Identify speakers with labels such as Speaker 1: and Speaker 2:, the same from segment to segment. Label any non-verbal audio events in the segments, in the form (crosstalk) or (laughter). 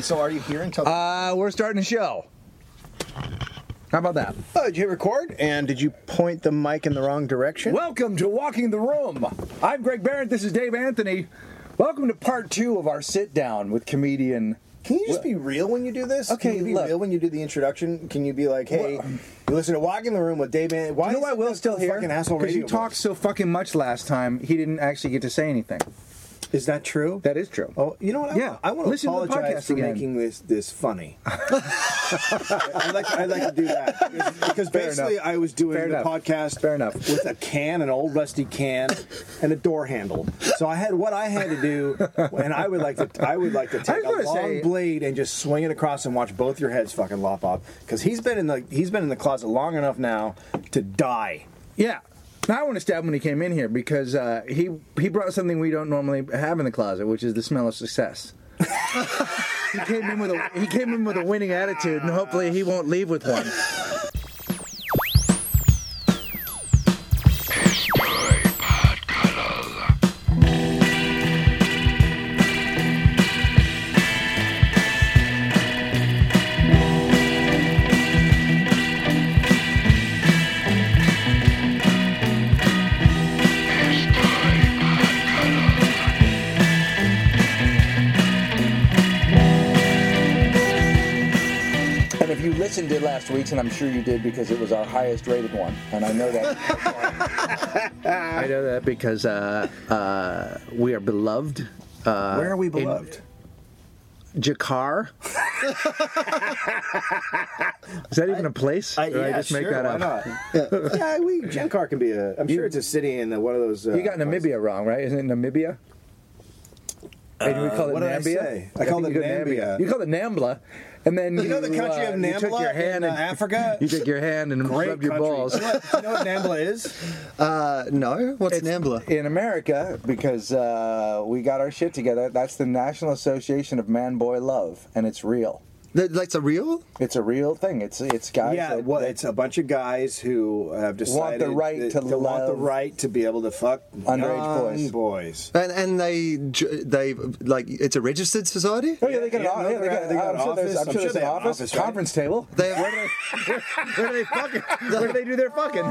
Speaker 1: So are you here until?
Speaker 2: Uh, we're starting the show. How about that?
Speaker 1: oh, did you hit record? And did you point the mic in the wrong direction?
Speaker 2: Welcome to Walking the Room. I'm Greg Barrett. This is Dave Anthony. Welcome to part two of our sit down with comedian.
Speaker 1: Can you just be real when you do this?
Speaker 2: Okay,
Speaker 1: Can you be
Speaker 2: look.
Speaker 1: real when you do the introduction? Can you be like, hey,
Speaker 2: Well-
Speaker 1: you listen to Walk in the Room with Dave and um, Why
Speaker 2: You know
Speaker 1: is
Speaker 2: why Will's still here?
Speaker 1: Fucking asshole
Speaker 2: Because
Speaker 1: radio
Speaker 2: you talked so fucking much last time, he didn't actually get to say anything.
Speaker 1: voice? Is that true?
Speaker 2: That is true.
Speaker 1: Oh, you know what? I,
Speaker 2: Yeah,
Speaker 1: I want to
Speaker 2: listen to the
Speaker 1: apologize
Speaker 2: podcast
Speaker 1: for
Speaker 2: again.
Speaker 1: making this this funny. (laughs) I'd like I'd like to do that because, because
Speaker 2: Fair
Speaker 1: basically
Speaker 2: enough.
Speaker 1: I was doing
Speaker 2: Fair
Speaker 1: the
Speaker 2: enough.
Speaker 1: podcast
Speaker 2: Fair enough.
Speaker 1: with a can, an old rusty can, and a door handle. So I had what I had to do, and I would like to I would like to take a
Speaker 2: gonna
Speaker 1: long
Speaker 2: say-
Speaker 1: blade and just swing it across and watch both your heads fucking lop off because he's been in the he's been in the closet long enough now to die.
Speaker 2: Yeah. Now I want to stab him when he came in here because uh, he he brought something we don't normally have in the closet, which is the smell of success. (laughs) he came in with a he came in with a winning attitude, and hopefully he won't leave with one. And if you listened to last week's, and I'm sure you did because it was our highest rated one, and I know that. (laughs) I know that because uh, uh, we are beloved. Uh,
Speaker 1: Where are we
Speaker 2: in-
Speaker 1: beloved?
Speaker 2: Jakar. Is that even a place?
Speaker 1: I,
Speaker 2: Or
Speaker 1: Uh, yeah,
Speaker 2: just make
Speaker 1: sure,
Speaker 2: that
Speaker 1: why
Speaker 2: up. (laughs)
Speaker 1: Not? yeah, we Genkar can be a. I'm sure it's a city in the, one of those. Uh,
Speaker 2: You got Namibia wrong, right? Isn't it Namibia? and we call it
Speaker 1: Uh, what did I
Speaker 2: Nambia.
Speaker 1: say? I called
Speaker 2: think
Speaker 1: it
Speaker 2: you go
Speaker 1: Nambia.
Speaker 2: You called it Nambla, and then you,
Speaker 1: You know the country
Speaker 2: uh,
Speaker 1: of
Speaker 2: You took your
Speaker 1: Nambla
Speaker 2: hand
Speaker 1: in uh,
Speaker 2: and
Speaker 1: Africa.
Speaker 2: (laughs) you took your hand and
Speaker 1: Great
Speaker 2: rubbed your
Speaker 1: country. (laughs)
Speaker 2: balls.
Speaker 1: You know what, you know what Nambla
Speaker 2: (laughs)
Speaker 1: is?
Speaker 3: Uh, no. What's
Speaker 2: It's-
Speaker 3: Nambla?
Speaker 2: in America because uh, we got our shit together. That's the National Association of Man Boy Love, and it's real.
Speaker 3: That, that's a real?
Speaker 2: It's a real thing. It's it's guys.
Speaker 1: yeah,
Speaker 2: that,
Speaker 1: well,
Speaker 2: that
Speaker 1: it's a bunch of guys who have decided
Speaker 2: right
Speaker 1: that-
Speaker 2: to
Speaker 1: they want the
Speaker 2: love
Speaker 1: right to be able to fuck
Speaker 2: underage
Speaker 1: young
Speaker 2: boys.
Speaker 1: boys.
Speaker 2: (laughs)
Speaker 3: And and they j- they like it's a registered society.
Speaker 2: Oh yeah, they got an,
Speaker 1: Yeah,
Speaker 2: yeah,
Speaker 1: no,
Speaker 2: yeah, they got,
Speaker 1: they got
Speaker 2: I'm
Speaker 1: an
Speaker 2: sure there's,
Speaker 1: office.
Speaker 2: I'm sure there's an
Speaker 1: have an
Speaker 2: office,
Speaker 1: office, right?
Speaker 2: conference table.
Speaker 3: They have,
Speaker 2: (laughs) where do they fucking? Where do they do their (laughs) fucking?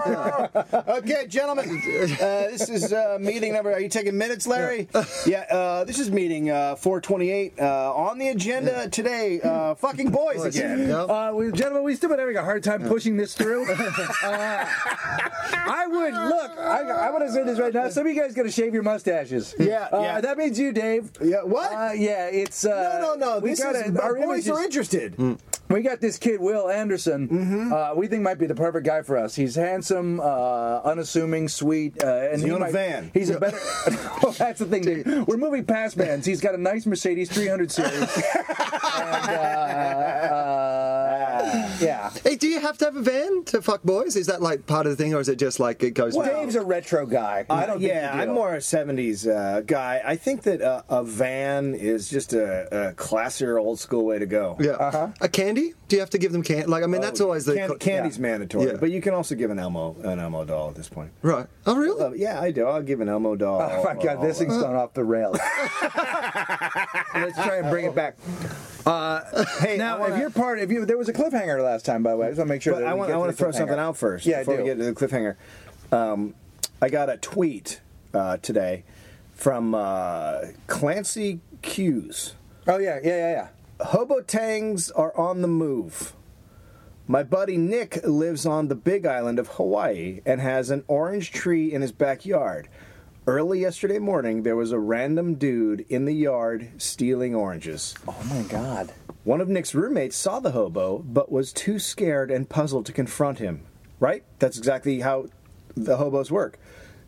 Speaker 1: Okay, gentlemen, uh, this is uh, meeting number. Are you taking minutes, Larry?
Speaker 2: (laughs)
Speaker 1: Yeah, uh, this is meeting uh, 428. Uh, on the agenda today, uh, fucking boys again.
Speaker 3: No?
Speaker 2: Uh, we, gentlemen, we still been having a hard time pushing this (laughs) through. Uh, I would look. I, I want to say this right now. Some of you guys got to shave your mustaches.
Speaker 1: Yeah,
Speaker 2: uh,
Speaker 1: yeah.
Speaker 2: That means you, Dave.
Speaker 1: Yeah, what?
Speaker 2: Uh, yeah, it's. Uh,
Speaker 1: No, no, no.
Speaker 2: We
Speaker 1: This
Speaker 2: got
Speaker 1: is, our boys
Speaker 2: images-
Speaker 1: are interested.
Speaker 2: we got this kid Will Anderson.
Speaker 1: Mm-hmm.
Speaker 2: Uh, we think might be the perfect guy for us. He's handsome, uh, unassuming, sweet, uh, and
Speaker 1: Is he on a
Speaker 2: might-
Speaker 1: van?
Speaker 2: He's a better. (laughs) Oh, that's the thing, dude. We're moving past vans. He's got a nice Mercedes
Speaker 1: (laughs)
Speaker 2: 300 series. and, uh, uh, yeah.
Speaker 3: Hey, do you have to have a van to fuck boys? Is that like part of the thing, or is it just like it goes?
Speaker 2: Dave's a retro guy. I don't. think
Speaker 1: yeah,
Speaker 2: you do.
Speaker 1: I'm more a '70s uh, guy. I think that uh, a van is just a, a classier, old school way to go. Oh,
Speaker 3: yeah.
Speaker 2: Uh-huh.
Speaker 3: A candy? Do you have to give them candy? Like I mean,
Speaker 2: Oh,
Speaker 3: that's always the
Speaker 1: Can- candy's mandatory,
Speaker 3: Yeah.
Speaker 1: but you can also give an Elmo an Elmo doll at this point.
Speaker 3: right. Oh really?
Speaker 1: Uh, yeah, I do. I'll give an Elmo doll.
Speaker 2: Oh my god, this thing's gone off the rails. Let's try and bring it back.
Speaker 1: (laughs) Hey,
Speaker 2: Now,
Speaker 1: I wanna,
Speaker 2: if you're part, if you there was a cliffhanger last time, by the way, I just want to make sure.
Speaker 1: but
Speaker 2: that
Speaker 1: I
Speaker 2: we
Speaker 1: want
Speaker 2: get
Speaker 1: I
Speaker 2: to
Speaker 1: want
Speaker 2: the
Speaker 1: to throw
Speaker 2: cliffhanger.
Speaker 1: something out first.
Speaker 2: Yeah, I
Speaker 1: before
Speaker 2: do.
Speaker 1: we get to the cliffhanger. Um, I got a tweet uh, today from uh, Clancy Hughes.
Speaker 2: Oh yeah, yeah, yeah, yeah.
Speaker 1: Hobo tangs are on the move. My buddy Nick lives on the big island of Hawaii and has an orange tree in his backyard. Early yesterday morning, there was a random dude in the yard stealing oranges.
Speaker 2: Oh my god.
Speaker 1: One of Nick's roommates saw the hobo, but was too scared and puzzled to confront him. Right? That's exactly how the hobos work.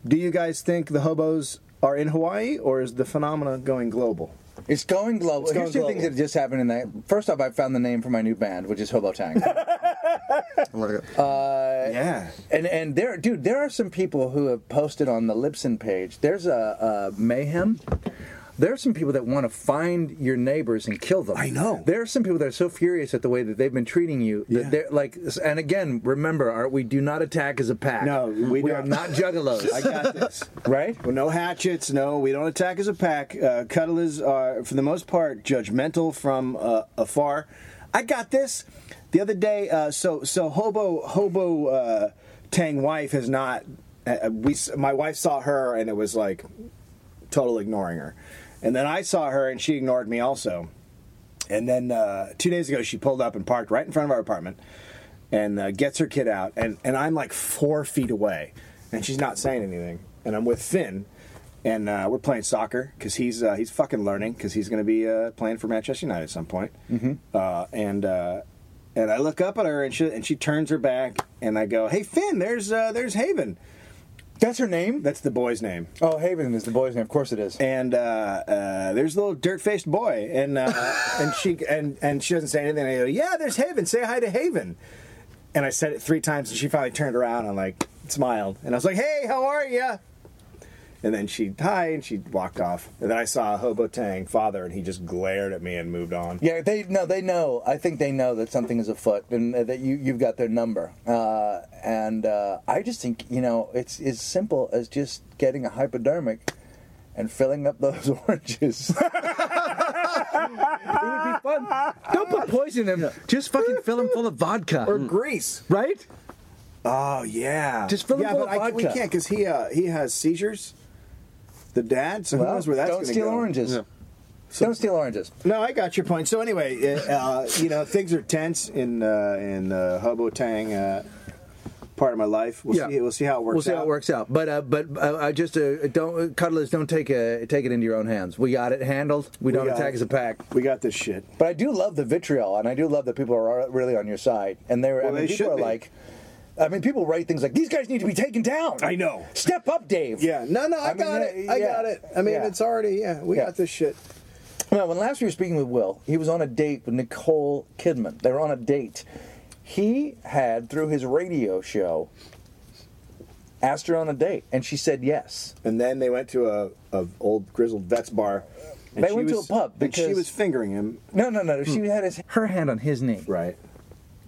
Speaker 1: Do you guys think the hobos are in Hawaii, or is the phenomena going global?
Speaker 2: It's going global.
Speaker 1: going
Speaker 2: Here's two
Speaker 1: global.
Speaker 2: things that just happened in that. First off, I found the name for my new band, which is Hobo
Speaker 1: (laughs)
Speaker 2: Tang.
Speaker 3: Like,
Speaker 2: Uh,
Speaker 1: Yeah.
Speaker 2: and and there, dude, there are some people who have posted on the Libsyn page. There's a, a mayhem There are some people that want to find your neighbors and kill them.
Speaker 1: I know.
Speaker 2: There are some people that are so furious at the way that they've been treating you that
Speaker 1: Yeah.
Speaker 2: they're like. And again, remember, our, we do not attack as a pack.
Speaker 1: No, we
Speaker 2: are
Speaker 1: don't.
Speaker 2: not
Speaker 1: (laughs)
Speaker 2: juggalos.
Speaker 1: I got this.
Speaker 2: right?
Speaker 1: Well, no hatchets. No, we don't attack as a pack. Uh, cuddlers are, for the most part, judgmental from uh, afar. I got this. The other day, uh, so so hobo hobo uh, Tang wife has not. Uh, we s- my wife saw her and it was like total ignoring her, and then I saw her and she ignored me also. And then uh, two days ago, she pulled up and parked right in front of our apartment and uh, gets her kid out. And, and I'm like four feet away, and she's not saying anything. And I'm with Finn, and uh, we're playing soccer because he's, uh, he's fucking learning because he's going to be uh, playing for Manchester United at some point. Uh, and, uh, and I look up at her, and she, and she turns her back, and I go, Hey, Finn, there's, uh, there's Haven.
Speaker 2: That's her name.
Speaker 1: That's the boy's name.
Speaker 2: Oh, Haven is the boy's name. Of course it is.
Speaker 1: and uh, uh, there's a little dirt-faced boy, and uh,
Speaker 2: (laughs)
Speaker 1: and she and and she doesn't say anything. I go, yeah, there's Haven. Say hi to Haven. And I said it three times, and she finally turned around and like smiled, and I was like, hey, how are you? And then she hi, and she walked off. And then I saw Hobo Tang father, and he just glared at me and moved on.
Speaker 2: Yeah, they no, they know. I think they know that something is afoot, and uh, that you you've got their number. Uh, and uh, I just think you know it's as simple as just getting a hypodermic and filling up those (laughs) oranges. it would be fun. Don't put poison in them. Just fucking fill them full of vodka,
Speaker 1: Or Greece.
Speaker 2: right?
Speaker 1: Oh yeah.
Speaker 2: Just fill him
Speaker 1: yeah,
Speaker 2: full
Speaker 1: but
Speaker 2: of
Speaker 1: I, we
Speaker 2: vodka.
Speaker 1: can't because he uh, he has seizures. The dad, so who knows where that's
Speaker 2: don't
Speaker 1: gonna
Speaker 2: steal
Speaker 1: go.
Speaker 2: oranges.
Speaker 3: Yeah.
Speaker 2: don't steal oranges.
Speaker 1: No, I got your point. So anyway, uh, uh, you know, things are tense in uh, in uh, Hobotang uh, part of my life. We'll
Speaker 2: Yeah.
Speaker 1: see. We'll see how it works.
Speaker 2: We'll see
Speaker 1: out.
Speaker 2: how it works out. But uh, but uh, I just uh, don't cuddlers don't take uh take it into your own hands. We got it handled. We don't
Speaker 1: got
Speaker 2: attack
Speaker 1: it.
Speaker 2: as a pack.
Speaker 1: We got this shit.
Speaker 2: But I do love the vitriol, and I do love that people are really on your side. And they're,
Speaker 1: Well,
Speaker 2: I
Speaker 1: they
Speaker 2: mean,
Speaker 1: should
Speaker 2: people are
Speaker 1: be.
Speaker 2: like, I mean, people write things like, "These guys need to be taken down."
Speaker 1: I know.
Speaker 2: Step up, Dave.
Speaker 1: Yeah. No, no, I,
Speaker 2: I mean,
Speaker 1: got
Speaker 2: yeah,
Speaker 1: it. I
Speaker 2: yeah.
Speaker 1: got it. I mean,
Speaker 2: Yeah.
Speaker 1: it's already. Yeah, we
Speaker 2: Yeah.
Speaker 1: got this shit.
Speaker 2: Now, when last we were speaking with Will, he was on a date with Nicole Kidman. They were on a date. He had through his radio show asked her on a date, and she said yes.
Speaker 1: And then they went to a, a old grizzled vet's bar. and
Speaker 2: They
Speaker 1: she
Speaker 2: went to
Speaker 1: was-
Speaker 2: a pub
Speaker 1: and she
Speaker 2: because-
Speaker 1: was fingering him.
Speaker 2: No, no, no. She had his, her hand on his knee,
Speaker 1: Right.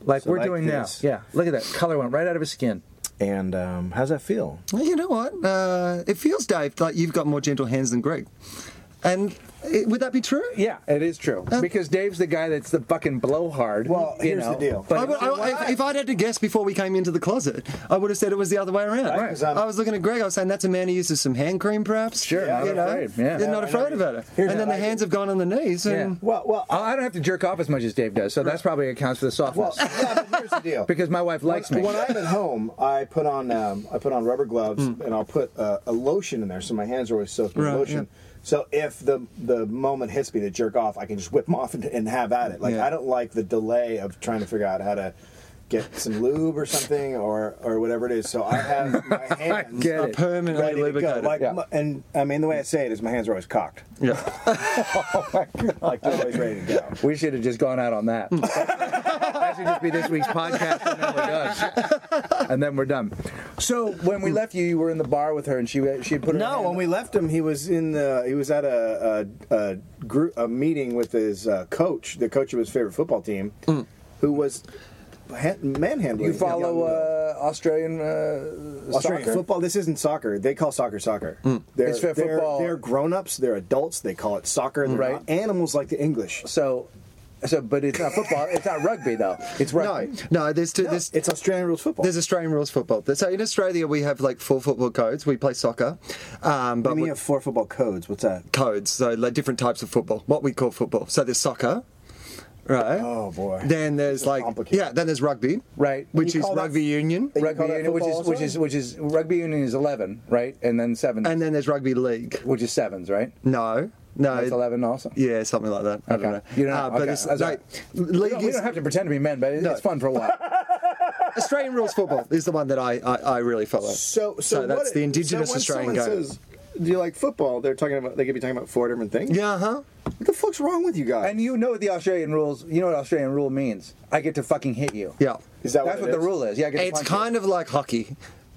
Speaker 2: like
Speaker 1: So
Speaker 2: we're
Speaker 1: like
Speaker 2: doing
Speaker 1: this.
Speaker 2: now. Yeah, look at that color went right out of his skin.
Speaker 1: And um, how's that feel?
Speaker 3: Well, you know what? Uh, it feels, Dave, like you've got more gentle hands than Greg. And it, would that be true?
Speaker 2: Yeah, it is true because Dave's the guy that's the fucking blowhard.
Speaker 1: Well,
Speaker 2: you
Speaker 1: here's
Speaker 2: know,
Speaker 1: the deal.
Speaker 2: but-
Speaker 3: I would, I, if, if I'd had to guess before we came into the closet, I would have said it was the other way around.
Speaker 1: Right, 'cause I'm-
Speaker 3: I was looking at Greg. I was saying that's a man who uses some hand cream, perhaps.
Speaker 2: Sure, not
Speaker 3: you know?
Speaker 2: afraid, yeah.
Speaker 3: They're not
Speaker 1: Yeah,
Speaker 3: afraid
Speaker 1: I know.
Speaker 3: about it.
Speaker 1: Here's
Speaker 3: and then
Speaker 1: how
Speaker 3: the
Speaker 1: I
Speaker 3: hands have gone on the knees. And
Speaker 2: Yeah.
Speaker 1: Well, well,
Speaker 2: I I don't have to jerk off as much as Dave does, so that's probably accounts for the
Speaker 1: well. (laughs)
Speaker 2: softness.
Speaker 1: yeah, but here's the deal.
Speaker 2: because my wife likes me.
Speaker 1: When I'm at home, I put on um, I put on rubber gloves and I'll put uh, a lotion in there, so my hands are always soaked in
Speaker 3: Right,
Speaker 1: lotion. So if the the moment hits me to jerk off, I can just whip them off and, and have at it. Like
Speaker 3: Yeah.
Speaker 1: I don't like the delay of trying to figure out how to get some lube or something or or whatever it is. So I have my hands
Speaker 2: get
Speaker 3: are
Speaker 2: it.
Speaker 3: permanently
Speaker 1: ready to go.
Speaker 3: lubricated.
Speaker 1: Like,
Speaker 2: Yeah.
Speaker 1: my- and I mean the way I say it is my hands are always cocked,
Speaker 3: yeah.
Speaker 1: like they're always ready to go.
Speaker 2: We should have just gone out on that. (laughs) that should just be this week's podcast, and then we're done. and then we're done. So when we left you, you were in the bar with her, and she she had put her
Speaker 1: No,
Speaker 2: hand-
Speaker 1: when we left him, he was in the he was at a a, a, group, a meeting with his uh, coach, the coach of his favorite football team, who was ha- manhandling.
Speaker 2: Mm. you follow uh, Australian uh,
Speaker 1: Australian
Speaker 2: soccer? Mm.
Speaker 1: football. This isn't soccer. They call soccer soccer. They're,
Speaker 2: It's fair
Speaker 1: they're,
Speaker 2: football.
Speaker 1: They're grown ups. They're adults. They call it soccer. They're
Speaker 2: Right.
Speaker 1: not animals like the English.
Speaker 2: So, so but it's not football. it's not rugby though. It's rugby.
Speaker 3: No, no. There's two. there's,
Speaker 1: It's Australian rules football.
Speaker 3: there's Australian rules football. So in Australia, we have like four football codes. We play soccer, um, but
Speaker 1: I mean,
Speaker 3: we
Speaker 1: you have four football codes. What's that?
Speaker 3: codes. So like different types of football. What we call football. So there's soccer, right?
Speaker 1: Oh, boy.
Speaker 3: Then there's
Speaker 1: is
Speaker 3: like
Speaker 1: complicated.
Speaker 3: yeah. Then there's rugby,
Speaker 2: Right.
Speaker 3: Which
Speaker 1: You
Speaker 3: is
Speaker 1: call that-
Speaker 3: rugby union,
Speaker 1: You
Speaker 2: Rugby
Speaker 1: call that
Speaker 2: union, which is
Speaker 1: football
Speaker 2: which is
Speaker 1: also?
Speaker 2: which is rugby union is eleven, right? And then seven,
Speaker 3: and then there's rugby league.
Speaker 2: which is sevens, right?
Speaker 3: No, no.
Speaker 2: That's eleven also.
Speaker 3: Yeah, something like that. I don't know.
Speaker 2: Okay. You don't know.
Speaker 3: Uh, but
Speaker 2: Okay.
Speaker 3: it's
Speaker 2: That's
Speaker 3: like
Speaker 2: We
Speaker 3: league
Speaker 2: don't, we
Speaker 3: is-
Speaker 2: don't have to pretend to be men, but it-
Speaker 3: No.
Speaker 2: it's fun for a while.
Speaker 3: Australian rules football is the one that I I, I really follow.
Speaker 1: So, so,
Speaker 3: So that's
Speaker 1: what-
Speaker 3: the indigenous
Speaker 1: so when
Speaker 3: Australian
Speaker 1: someone
Speaker 3: game.
Speaker 1: Says, do you like football? They're talking about. They could be talking about four different things.
Speaker 3: yeah, uh-huh. huh?
Speaker 1: What the fuck's wrong with you guys?
Speaker 2: and you know what the Australian rules? You know what Australian rule means? I get to fucking hit you.
Speaker 3: Yeah.
Speaker 1: Is that
Speaker 2: That's
Speaker 1: what,
Speaker 2: what,
Speaker 1: it
Speaker 2: the
Speaker 1: is?
Speaker 2: rule is. Yeah, I get to
Speaker 3: It's
Speaker 2: punch
Speaker 3: kind of like hockey.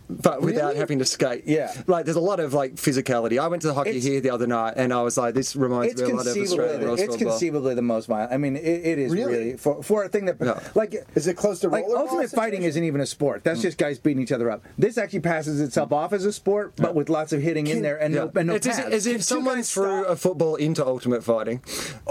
Speaker 3: but without having to skate.
Speaker 2: Yeah.
Speaker 3: like there's a lot of like physicality. I went to the hockey
Speaker 2: It's-
Speaker 3: here the other night, and I was like, this reminds
Speaker 2: it's
Speaker 3: me a lot of
Speaker 2: conceivably
Speaker 3: Australian rules
Speaker 2: the, it's
Speaker 3: football.
Speaker 2: conceivably the most violent. I mean, it, it is
Speaker 1: Really?
Speaker 2: really, for for a thing that
Speaker 3: Yeah.
Speaker 2: like
Speaker 1: Is it close to
Speaker 2: like
Speaker 1: rollerball
Speaker 2: ultimate fighting
Speaker 1: situation?
Speaker 2: isn't even a sport.
Speaker 3: Mm.
Speaker 2: That's just guys beating each other up. This actually passes itself off as a sport, but with lots of hitting in there and
Speaker 3: Yeah.
Speaker 2: no and no
Speaker 3: it's as,
Speaker 2: pads.
Speaker 3: as if someone
Speaker 1: guys
Speaker 3: threw
Speaker 1: stop?
Speaker 3: a football into ultimate fighting.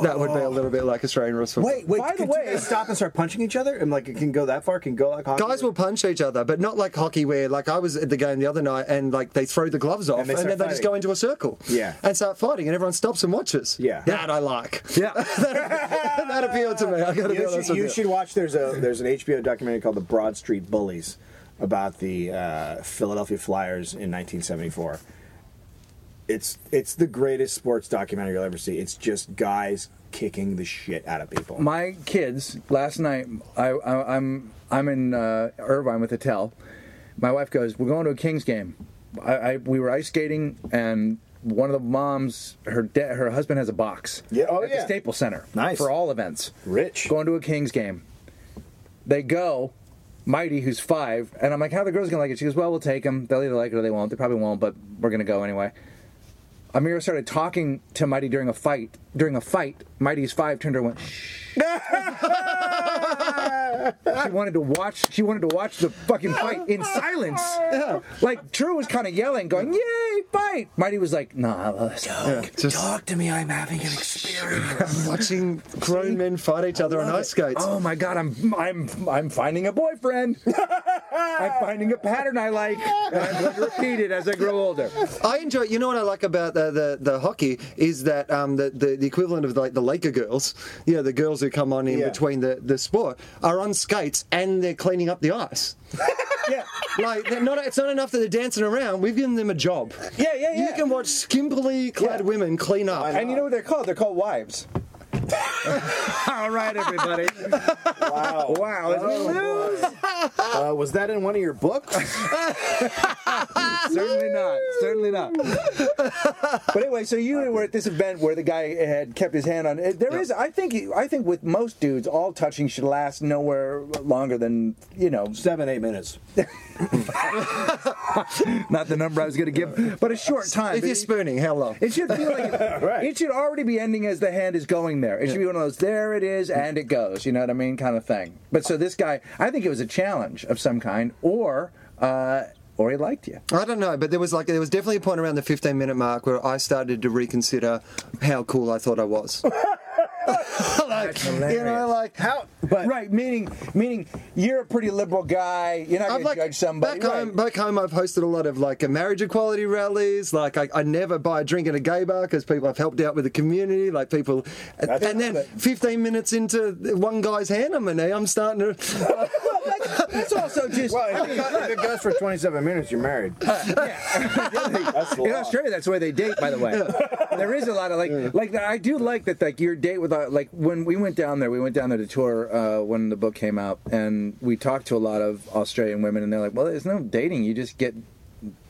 Speaker 3: That would be a
Speaker 2: Oh.
Speaker 3: little bit like Australian rules football.
Speaker 1: Wait, wait.
Speaker 2: By the
Speaker 1: can
Speaker 2: way-
Speaker 1: two guys stop and start punching each other? And like, it can go that far. Can go like hockey.
Speaker 3: Guys will (laughs) punch each other, but not like hockey where like I was at the game the other night and like they throw the gloves off and,
Speaker 1: they
Speaker 3: then
Speaker 1: start
Speaker 3: they just
Speaker 1: fighting.
Speaker 3: go into a circle.
Speaker 1: Yeah.
Speaker 3: And start fighting and everyone stops and watches.
Speaker 1: Yeah.
Speaker 3: That
Speaker 1: (laughs)
Speaker 3: I like.
Speaker 2: yeah.
Speaker 3: (laughs) that appealed to me. I gotta be
Speaker 1: You should,
Speaker 3: honest with
Speaker 1: you
Speaker 3: you.
Speaker 1: should watch. There's a there's an HBO documentary called The Broad Street Bullies about the uh, Philadelphia Flyers in 1974. It's it's the greatest sports documentary you'll ever see. It's just guys kicking the shit out of people.
Speaker 2: my kids last night. I, I I'm I'm in uh, Irvine with Attell. My wife goes, "We're going to a Kings game." I, I we were ice skating, and one of the moms, her da- her husband has a box.
Speaker 1: Yeah, oh,
Speaker 2: at
Speaker 1: yeah.
Speaker 2: the Staples Center.
Speaker 1: Nice.
Speaker 2: for all events.
Speaker 1: Rich.
Speaker 2: going to a Kings game. They go. Mighty, who's five, and I'm like, "How are the girls gonna like it?" She goes, "Well, we'll take them. They'll either like it or they won't. They probably won't, but we're gonna go anyway." Amira started talking to Mighty during a fight. During a fight, Mighty's five turned to her and went, she wanted to watch. She wanted to watch the fucking fight in silence. Like True was kind of yelling, going, "Yay, fight!" Mighty was like, "Nah, let's talk.
Speaker 3: Just-
Speaker 2: talk to me. I'm having an experience."
Speaker 3: (laughs) Watching grown men fight each other on ice skates.
Speaker 2: Oh my god, I'm I'm I'm finding a boyfriend. (laughs) I'm finding a pattern I like, and I'm going to repeat it as I grow older.
Speaker 3: I enjoy. You know what I like about the the, the hockey is that um, the, the the equivalent of like the Laker girls, you know, the girls who come on in
Speaker 1: Yeah.
Speaker 3: between the the sport are on skates and they're cleaning up the ice.
Speaker 2: Yeah,
Speaker 3: like they're not. It's not enough that they're dancing around. We've given them a job.
Speaker 2: yeah, yeah, yeah.
Speaker 3: You can watch skimpily clad
Speaker 2: Yeah.
Speaker 3: women clean up.
Speaker 2: and you know what they're called? They're called wives. (laughs) All right, everybody.
Speaker 1: Wow.
Speaker 2: Wow, as we
Speaker 1: Oh, boy. Uh, was that in one of your books?
Speaker 2: Certainly not. Certainly not. but anyway, so you were at this event where the guy had kept his hand on. There is, I think, I think with most dudes, all touching should last nowhere longer than you know,
Speaker 1: Seven eight minutes.
Speaker 2: not the number I was going to give, but a short time.
Speaker 3: if you're spooning, how long?
Speaker 2: It should feel (laughs) like
Speaker 1: Right.
Speaker 2: it should already be ending as the hand is going there. It should be one of those there it is and it goes. You know what I mean, kind of thing. But so this guy, I think it was a challenge of some kind, or uh, or he liked you.
Speaker 3: I don't know, but there was like there was definitely a point around the 15 minute mark where I started to reconsider how cool I thought I was. (laughs) like, you know,
Speaker 2: hilarious.
Speaker 3: like
Speaker 1: How? But
Speaker 2: Right, meaning meaning you're a pretty liberal guy. You're not
Speaker 3: I'm
Speaker 2: going
Speaker 3: like
Speaker 2: to judge somebody.
Speaker 3: back home.
Speaker 2: right.
Speaker 3: Back home, I've hosted a lot of like uh, marriage equality rallies. Like I, I never buy a drink in a gay bar because people I've helped out with the community. Like people,
Speaker 1: That's
Speaker 3: and then
Speaker 1: awesome.
Speaker 3: 15 minutes into one guy's hand on my knee, I'm starting to.
Speaker 2: That's also just (laughs)
Speaker 1: Well, if it, goes, if it goes for 27 minutes, you're (laughs) married. That's the
Speaker 2: (laughs) in
Speaker 1: law.
Speaker 2: Australia. That's the way they date,
Speaker 1: (laughs)
Speaker 2: by the way. there is a lot of like, like I do like that. Like your date with uh, like when we went down there, we went down there to tour uh, when the book came out, and we talked to a lot of Australian women, and they're like, "Well, there's no dating. You just get."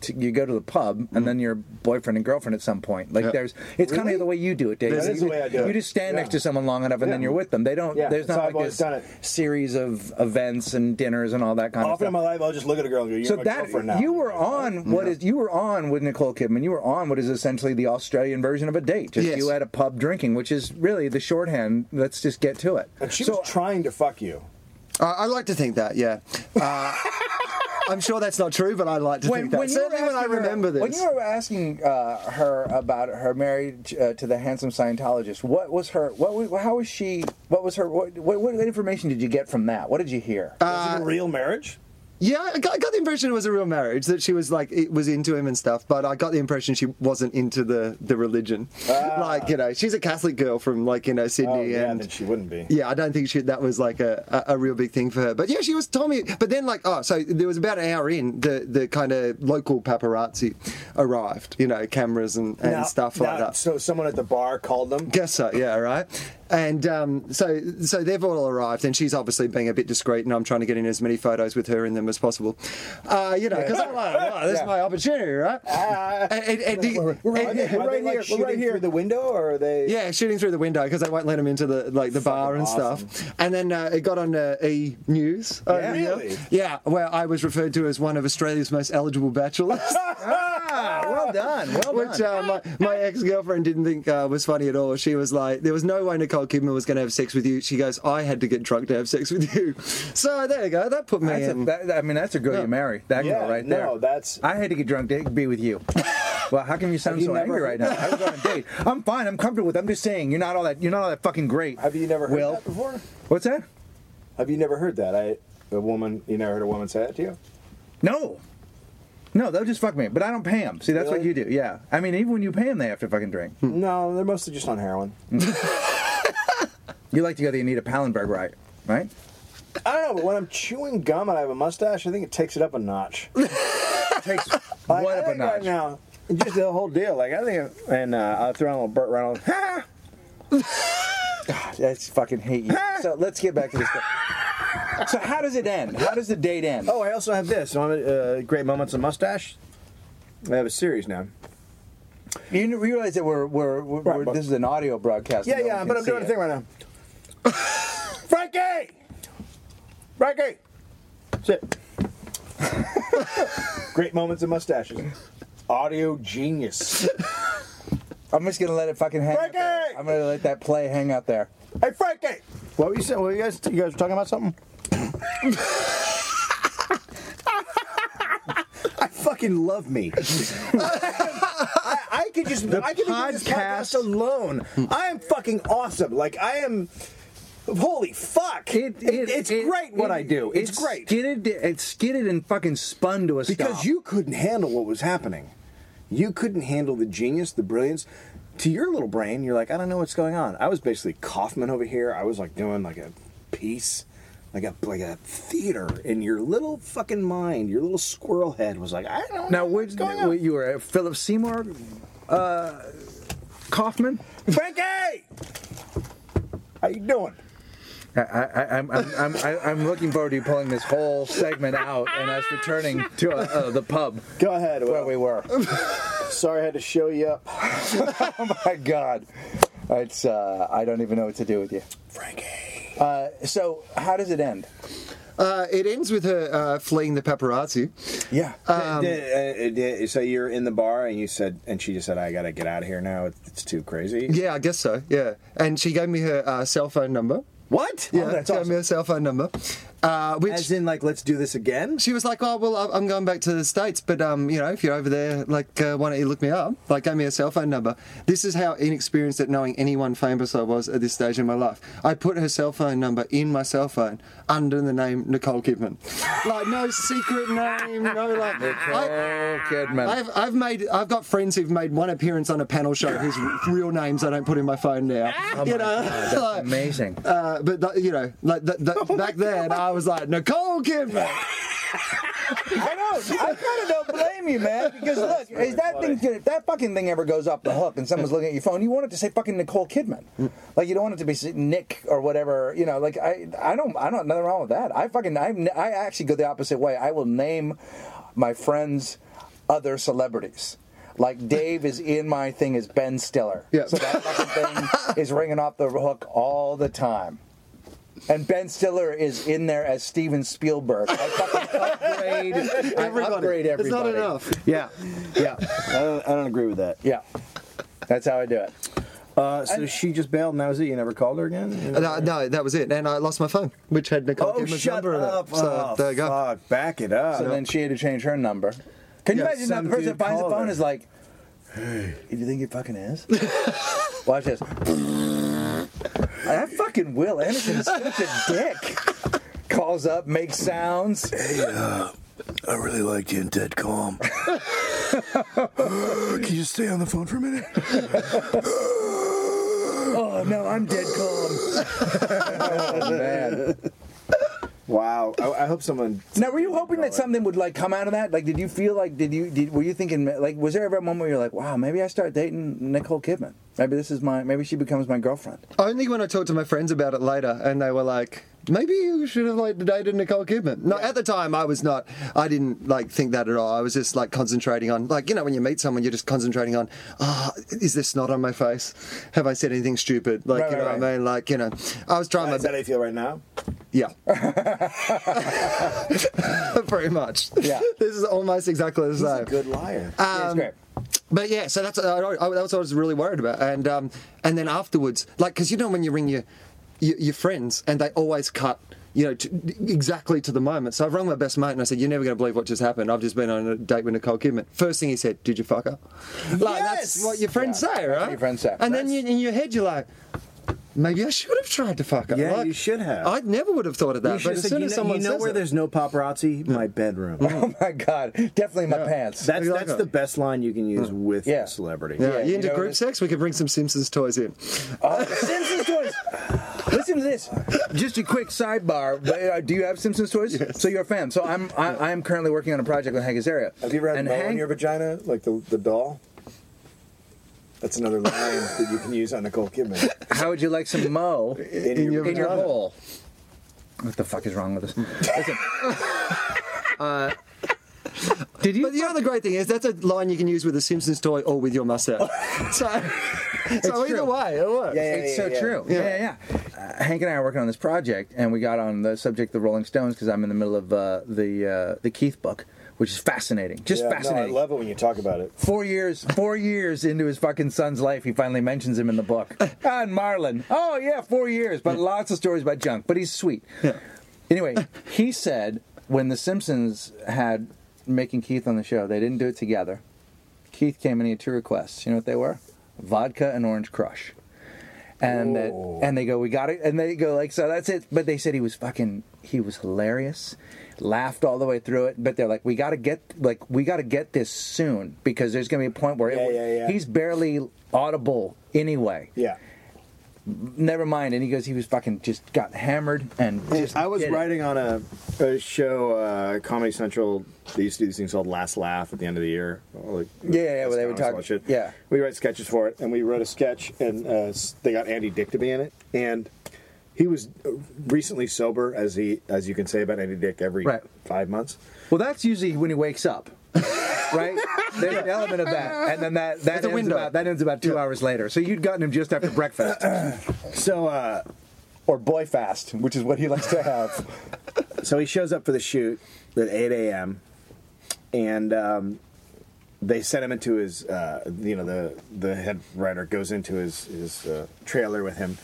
Speaker 2: To, you go to the pub and then your boyfriend and girlfriend at some point. Like
Speaker 3: Yeah.
Speaker 2: there's, it's
Speaker 1: Mm.
Speaker 2: kind
Speaker 1: Really?
Speaker 2: of the way you do it, Dave.
Speaker 1: That is the way I do
Speaker 2: you
Speaker 1: it.
Speaker 2: just stand
Speaker 1: Yeah.
Speaker 2: next to someone long enough and then
Speaker 1: Yeah.
Speaker 2: you're with them. They don't.
Speaker 1: Yeah,
Speaker 2: there's
Speaker 1: that's how
Speaker 2: not
Speaker 1: I've
Speaker 2: like
Speaker 1: always
Speaker 2: this
Speaker 1: done it.
Speaker 2: series of events and dinners and all that kind of
Speaker 1: Often
Speaker 2: stuff
Speaker 1: in my life, I'll just look at a girl and go, "You're
Speaker 2: so
Speaker 1: my
Speaker 2: that
Speaker 1: girlfriend now."
Speaker 2: you were on what is you were on with Nicole Kidman. You were on what is essentially the Australian version of a date. Just
Speaker 3: Yes.
Speaker 2: you at a pub drinking, which is really the shorthand. Let's just get to it.
Speaker 1: And she
Speaker 2: so
Speaker 1: was trying to fuck you.
Speaker 3: I, I like to think that, yeah. Uh, (laughs) I'm sure that's not true, but I like to think that.
Speaker 2: you were
Speaker 3: Certainly when I
Speaker 2: asking her-
Speaker 3: remember this.
Speaker 2: when you were asking uh, her about her marriage uh, to the handsome Scientologist, what was her? What? was- How was she? What was her? What, what, what information did you get from that? What did you hear?
Speaker 1: was it a real marriage?
Speaker 3: Yeah, I got, I got the impression it was a real marriage that she was like it was into him and stuff, but I got the impression she wasn't into the the religion.
Speaker 2: Ah.
Speaker 3: Like you know, she's a Catholic girl from like you know Sydney,
Speaker 1: Oh, yeah,
Speaker 3: and
Speaker 1: then she wouldn't be.
Speaker 3: yeah, I don't think she that was like a, a, a real big thing for her. But yeah, she was Tommy. But then like oh, so there was about an hour in the the kind of local paparazzi arrived, you know, cameras and, and
Speaker 1: Now-
Speaker 3: stuff like
Speaker 1: now-
Speaker 3: that.
Speaker 1: So someone at the bar called them.
Speaker 3: Guess so, yeah, right. And um, so, so they've all arrived, and she's obviously being a bit discreet, and I'm trying to get in as many photos with her and them them as possible. Uh, you know, because I'm like,
Speaker 4: (laughs)
Speaker 3: wow, this is my opportunity, right? And- and- and do you-
Speaker 1: Are
Speaker 3: and-
Speaker 1: they, are
Speaker 4: Uh, right
Speaker 1: they, like,
Speaker 4: here, we're
Speaker 1: shooting
Speaker 4: right here.
Speaker 1: through the window, or are they?
Speaker 3: Yeah, shooting through the window because they won't let him into the like the bar and stuff. And then uh, it got on uh, E News. over
Speaker 1: Yeah?
Speaker 3: here.
Speaker 1: Really?
Speaker 3: Yeah, where I was referred to as one of Australia's most eligible
Speaker 1: (laughs)
Speaker 3: bachelors. (laughs)
Speaker 2: Ah, well done. Well
Speaker 3: Which
Speaker 2: done.
Speaker 3: uh, my, my ex girlfriend didn't think uh, was funny at all. She was like, There was no way Nicole Kidman was going to have sex with you. She goes, I had to get drunk to have sex with you. (laughs) So there you go. That put me
Speaker 2: That's a,
Speaker 3: in.
Speaker 2: that, I mean, that's a girl you marry. That
Speaker 1: Yeah,
Speaker 2: girl right there.
Speaker 1: no, that's-
Speaker 2: I had to get drunk to be with you. Well, how come you sound
Speaker 1: you
Speaker 2: so
Speaker 1: never-
Speaker 2: angry right now? I was on a date. I'm fine. I'm comfortable with. I'm just saying, you're not all that. You're not all that fucking great.
Speaker 1: Have you never heard
Speaker 2: Well,
Speaker 1: that before?
Speaker 2: What's that?
Speaker 1: Have you never heard that? I a woman. You never heard a woman say that to you?
Speaker 2: No. No, they'll just fuck me. But I don't pay them. See, that's what
Speaker 1: Really?
Speaker 2: you do. Yeah. I mean, even when you pay them, they have to fucking drink.
Speaker 1: No, they're mostly just on heroin.
Speaker 2: You like to go the Anita Pallenberg right, right?
Speaker 1: I don't know, but when I'm chewing gum and I have a mustache, I think it takes it up a (laughs) notch.
Speaker 2: It (laughs) takes
Speaker 1: Like,
Speaker 2: one
Speaker 1: I
Speaker 2: up a
Speaker 1: think
Speaker 2: notch.
Speaker 1: Right now, just the whole deal. Like I think, and uh, I'll throw on a little Burt Reynolds. (laughs) Ha!
Speaker 2: I just fucking hate (laughs) you. so let's get back to (laughs) this. stuff. so how does it end? How does the date end?
Speaker 1: Oh, I also have this. So I'm uh, great moments of mustache. I have a series now.
Speaker 2: You realize that we're we're, we're,
Speaker 1: Right,
Speaker 2: we're-
Speaker 1: but-
Speaker 2: this is an audio broadcast.
Speaker 1: Yeah,
Speaker 2: and no
Speaker 1: yeah,
Speaker 2: one
Speaker 1: but
Speaker 2: can
Speaker 1: I'm doing
Speaker 2: see
Speaker 1: a thing
Speaker 2: it.
Speaker 1: right now. (laughs) Frankie! Frankie! Sit. (laughs) Great moments of mustaches. Audio genius.
Speaker 2: I'm just gonna let it fucking hang. Out there.
Speaker 1: Frankie!
Speaker 2: I'm gonna let that play hang out there.
Speaker 1: Hey, Frankie! What were you saying? What were you guys? You guys were talking about something? (laughs) I fucking love me. I, I could just I could do this
Speaker 2: podcast-
Speaker 1: podcast alone. I am fucking awesome. Like I am. Holy fuck! it's great what I do. It's, great
Speaker 2: Skidded, it skidded and fucking spun to a stop.
Speaker 1: because you couldn't handle what was happening. You couldn't handle the genius, the brilliance. To your little brain, you're like, I don't know what's going on. I was basically Kaufman over here. I was like doing like a piece, like a like a theater in your little fucking mind. Your little squirrel head was like, I don't
Speaker 2: now
Speaker 1: know
Speaker 2: which
Speaker 1: what's going on.
Speaker 2: you were uh, Philip Seymour uh, Kaufman.
Speaker 1: Frankie, how you doing?
Speaker 2: I, I, I'm, I'm, I'm, I- I'm looking forward to you pulling this whole segment out and us returning to uh, uh, the pub
Speaker 1: Go ahead.
Speaker 2: where we were.
Speaker 1: Sorry, I had to show you up.
Speaker 2: (laughs) oh my god, it's uh, I don't even know what to do with you.
Speaker 1: Frankie.
Speaker 2: Uh, so how does it end?
Speaker 3: Uh, it ends with her uh, fleeing the paparazzi.
Speaker 2: Yeah.
Speaker 1: uh, so you're in the bar and you said, and she just said, I gotta get out of here now. It's too crazy.
Speaker 3: Yeah, I guess so. Yeah. And she gave me her uh, cell phone number.
Speaker 1: What?
Speaker 3: Yeah,
Speaker 1: Oh, that's
Speaker 3: gave
Speaker 1: awesome.
Speaker 3: me her cell phone number. Uh, which
Speaker 1: As in, like, let's do this
Speaker 3: (laughs)
Speaker 1: again?
Speaker 3: she was like, "Oh well, I- I'm going back to the states, but um, you know, if you're over there, like, uh, why don't you look me up? Like, give me a cell phone number." This is how inexperienced at knowing anyone famous I was at this stage in my life. I put her cell phone number in my cell phone under the name Nicole Kidman, (laughs) like no secret name, no like. I,
Speaker 2: Oh, Kidman.
Speaker 3: I've, I've made I've got friends who've made one appearance on a panel show whose real names I don't put in my phone now. you know, (laughs) like-
Speaker 2: Amazing.
Speaker 3: uh, but th- you know, like th- th- back then, I was like Nicole Kidman.
Speaker 2: (laughs) I know. I kind of don't blame you, man. Because look, is that thing if that fucking thing ever goes off the hook and someone's looking at your phone, you want it to say fucking Nicole Kidman. Like you don't want it to be Nick or whatever. You know, like I, I don't, I don't nothing wrong with that. I fucking, I, I actually go the opposite way. I will name my friends other celebrities. Like Dave is in my thing is Ben Stiller.
Speaker 3: Yeah.
Speaker 2: So that fucking thing is ringing off the hook all the time. And Ben Stiller is in there as Steven Spielberg. I fucking upgrade, I
Speaker 3: Everybody.
Speaker 2: upgrade
Speaker 3: It's
Speaker 2: everybody.
Speaker 3: not enough.
Speaker 2: Yeah, yeah,
Speaker 1: I don't, I don't agree with that.
Speaker 2: yeah. That's how I do it.
Speaker 1: Uh, so she just bailed, and that was it. You never called her again. You never-
Speaker 3: No, no, (laughs) that was it. And I lost my phone, which had Nicole
Speaker 1: Oh,
Speaker 3: Kidman's
Speaker 1: shut
Speaker 3: number in
Speaker 1: up!
Speaker 3: it. So
Speaker 1: oh,
Speaker 3: there you go.
Speaker 1: Fuck, back it up.
Speaker 2: So then she had to change her number. Can you
Speaker 1: Yeah,
Speaker 2: imagine that
Speaker 1: some
Speaker 2: the person that
Speaker 1: dude
Speaker 2: finds the
Speaker 1: called
Speaker 2: phone
Speaker 1: her.
Speaker 2: is like, "Hey, do you think it fucking is?" Watch this. That fucking Will Anderson is such a dick. Calls up, makes sounds.
Speaker 5: I really liked you in Dead
Speaker 1: (laughs)
Speaker 5: Calm. Can you stay on the phone for a minute?
Speaker 2: Oh no, I'm dead calm. oh man.
Speaker 1: (laughs) wow. I, I hope someone.
Speaker 2: Now, were you hoping that something would like come out of that? Like, did you feel like did you did were you thinking like was there ever a moment where you're like, wow, maybe I start dating Nicole Kidman? Maybe this is my maybe she becomes my girlfriend.
Speaker 3: Only when I talked to my friends about it later, and they were like, maybe you should have like dated Nicole Kidman. No, at the time I was not. I didn't like think that at all. I was just like concentrating on like you know when you meet someone, you're just concentrating on, ah, is this snot on my face? Have I said anything stupid? Like
Speaker 1: Right,
Speaker 3: you know
Speaker 1: right,
Speaker 3: what I mean? Like you know, I was trying my
Speaker 1: Is that how you feel right now?
Speaker 3: yeah.
Speaker 1: (laughs)
Speaker 3: (laughs) Pretty much.
Speaker 1: Yeah.
Speaker 3: This is almost exactly the
Speaker 1: He's
Speaker 3: same.
Speaker 1: a good liar.
Speaker 2: it's
Speaker 3: Um,
Speaker 2: great. Oh
Speaker 3: But yeah, so that's I, I, that was what I was really worried about, and um, and then afterwards, like, because you know when you ring your, your your friends and they always cut, you know, to, exactly to the moment. So I rung my best mate and I said, "You're never going to believe what just happened. I've just been on a date with Nicole Kidman." First thing he said, "Did you fuck her?" Like
Speaker 1: Yes!
Speaker 3: that's what your friends
Speaker 2: Yeah,
Speaker 3: say,
Speaker 2: that's what
Speaker 3: right?
Speaker 2: your friends say.
Speaker 3: And then
Speaker 2: That's-
Speaker 3: you, in your head, you're like. Maybe I should have tried to fuck her.
Speaker 1: Yeah,
Speaker 3: Like,
Speaker 1: you should have.
Speaker 3: I never would have thought of that.
Speaker 1: You
Speaker 3: but
Speaker 1: should
Speaker 3: as
Speaker 1: have said,
Speaker 3: soon
Speaker 1: you
Speaker 3: as
Speaker 1: know,
Speaker 3: someone
Speaker 1: you know
Speaker 3: says
Speaker 1: where
Speaker 3: it-
Speaker 1: there's no paparazzi? My bedroom.
Speaker 2: Oh my god! Definitely my
Speaker 3: Yeah.
Speaker 2: pants.
Speaker 1: That's
Speaker 3: You like
Speaker 1: that's
Speaker 3: that?
Speaker 1: the best line you can use with
Speaker 2: Yeah.
Speaker 1: a celebrity.
Speaker 2: Yeah,
Speaker 3: yeah, you
Speaker 2: you
Speaker 3: into
Speaker 2: know,
Speaker 3: group
Speaker 2: it's-
Speaker 3: sex? We could bring some Simpsons toys in.
Speaker 2: Oh, the Simpsons toys. Listen to this. Just a quick sidebar. but, uh, Do you have Simpsons toys? So you're a fan. So I'm I, I'm currently working on a project with Hank Azaria.
Speaker 1: Have you ever had
Speaker 2: And
Speaker 1: Mo in
Speaker 2: Hank-
Speaker 1: your vagina, like the the doll? That's another line that you can use on Nicole Kidman.
Speaker 2: How would you like some Mo
Speaker 1: In your
Speaker 2: (laughs) in your
Speaker 1: vagina.
Speaker 2: hole? What the fuck is wrong with us? Listen. Uh, did you?
Speaker 3: But the other great thing is that's a line you can use with a Simpsons toy or with
Speaker 2: (laughs)
Speaker 3: your mustache. so, so either
Speaker 2: true.
Speaker 3: way, it works.
Speaker 1: Yeah,
Speaker 2: it's so true.
Speaker 3: Yeah.
Speaker 2: Yeah, yeah. yeah. Uh, Hank and I are working on this project, and we got on the subject of the Rolling Stones because I'm in the middle of uh, the uh, the Keith book, which is fascinating. Just
Speaker 1: Yeah, no, I
Speaker 2: fascinating.
Speaker 1: love it when you talk about it.
Speaker 2: four years, four years into his fucking son's life, he finally mentions him in the book. Ah, and Marlon. Oh yeah, four years, but lots of stories about junk. But he's sweet. Anyway, he said when the Simpsons had making Keith on the show, they didn't do it together. Keith came and he had two requests. You know what they were? Vodka and orange crush. And that,
Speaker 1: Whoa.
Speaker 2: and they go, we got it. And they go like, so that's it. But they said he was fucking, he was hilarious, laughed all the way through it. But they're like, we got to get like, we got to get this soon because there's gonna be a point where it,
Speaker 1: Yeah, yeah, yeah.
Speaker 2: he's barely audible anyway.
Speaker 1: Yeah.
Speaker 2: Never mind. And he goes, he was fucking just got hammered and just.
Speaker 1: I was
Speaker 2: did it.
Speaker 1: writing on a, a show, uh, Comedy Central. They used to do these things called Last Laugh at the end of the year. All Like,
Speaker 2: Yeah, yeah, yeah, where they would
Speaker 1: comics
Speaker 2: talk-
Speaker 1: all shit.
Speaker 2: yeah.
Speaker 1: we write sketches for it, and we wrote a sketch, and uh, s- they got Andy Dick to be in it, and he was uh, recently sober, as he as you can say about Andy Dick every
Speaker 2: Right.
Speaker 1: five months.
Speaker 2: Well, that's usually when he wakes up, right? There's an element of that, and then that that
Speaker 3: It's a
Speaker 2: ends
Speaker 3: window.
Speaker 2: about that ends about two hours later. So you'd gotten him just after breakfast,
Speaker 1: So, uh,
Speaker 2: or boy fast, which is what he likes to have.
Speaker 1: (laughs) so he shows up for the shoot at 8 a.m. and um, they sent him into his, uh, you know, the the head writer goes into his his uh, trailer with him,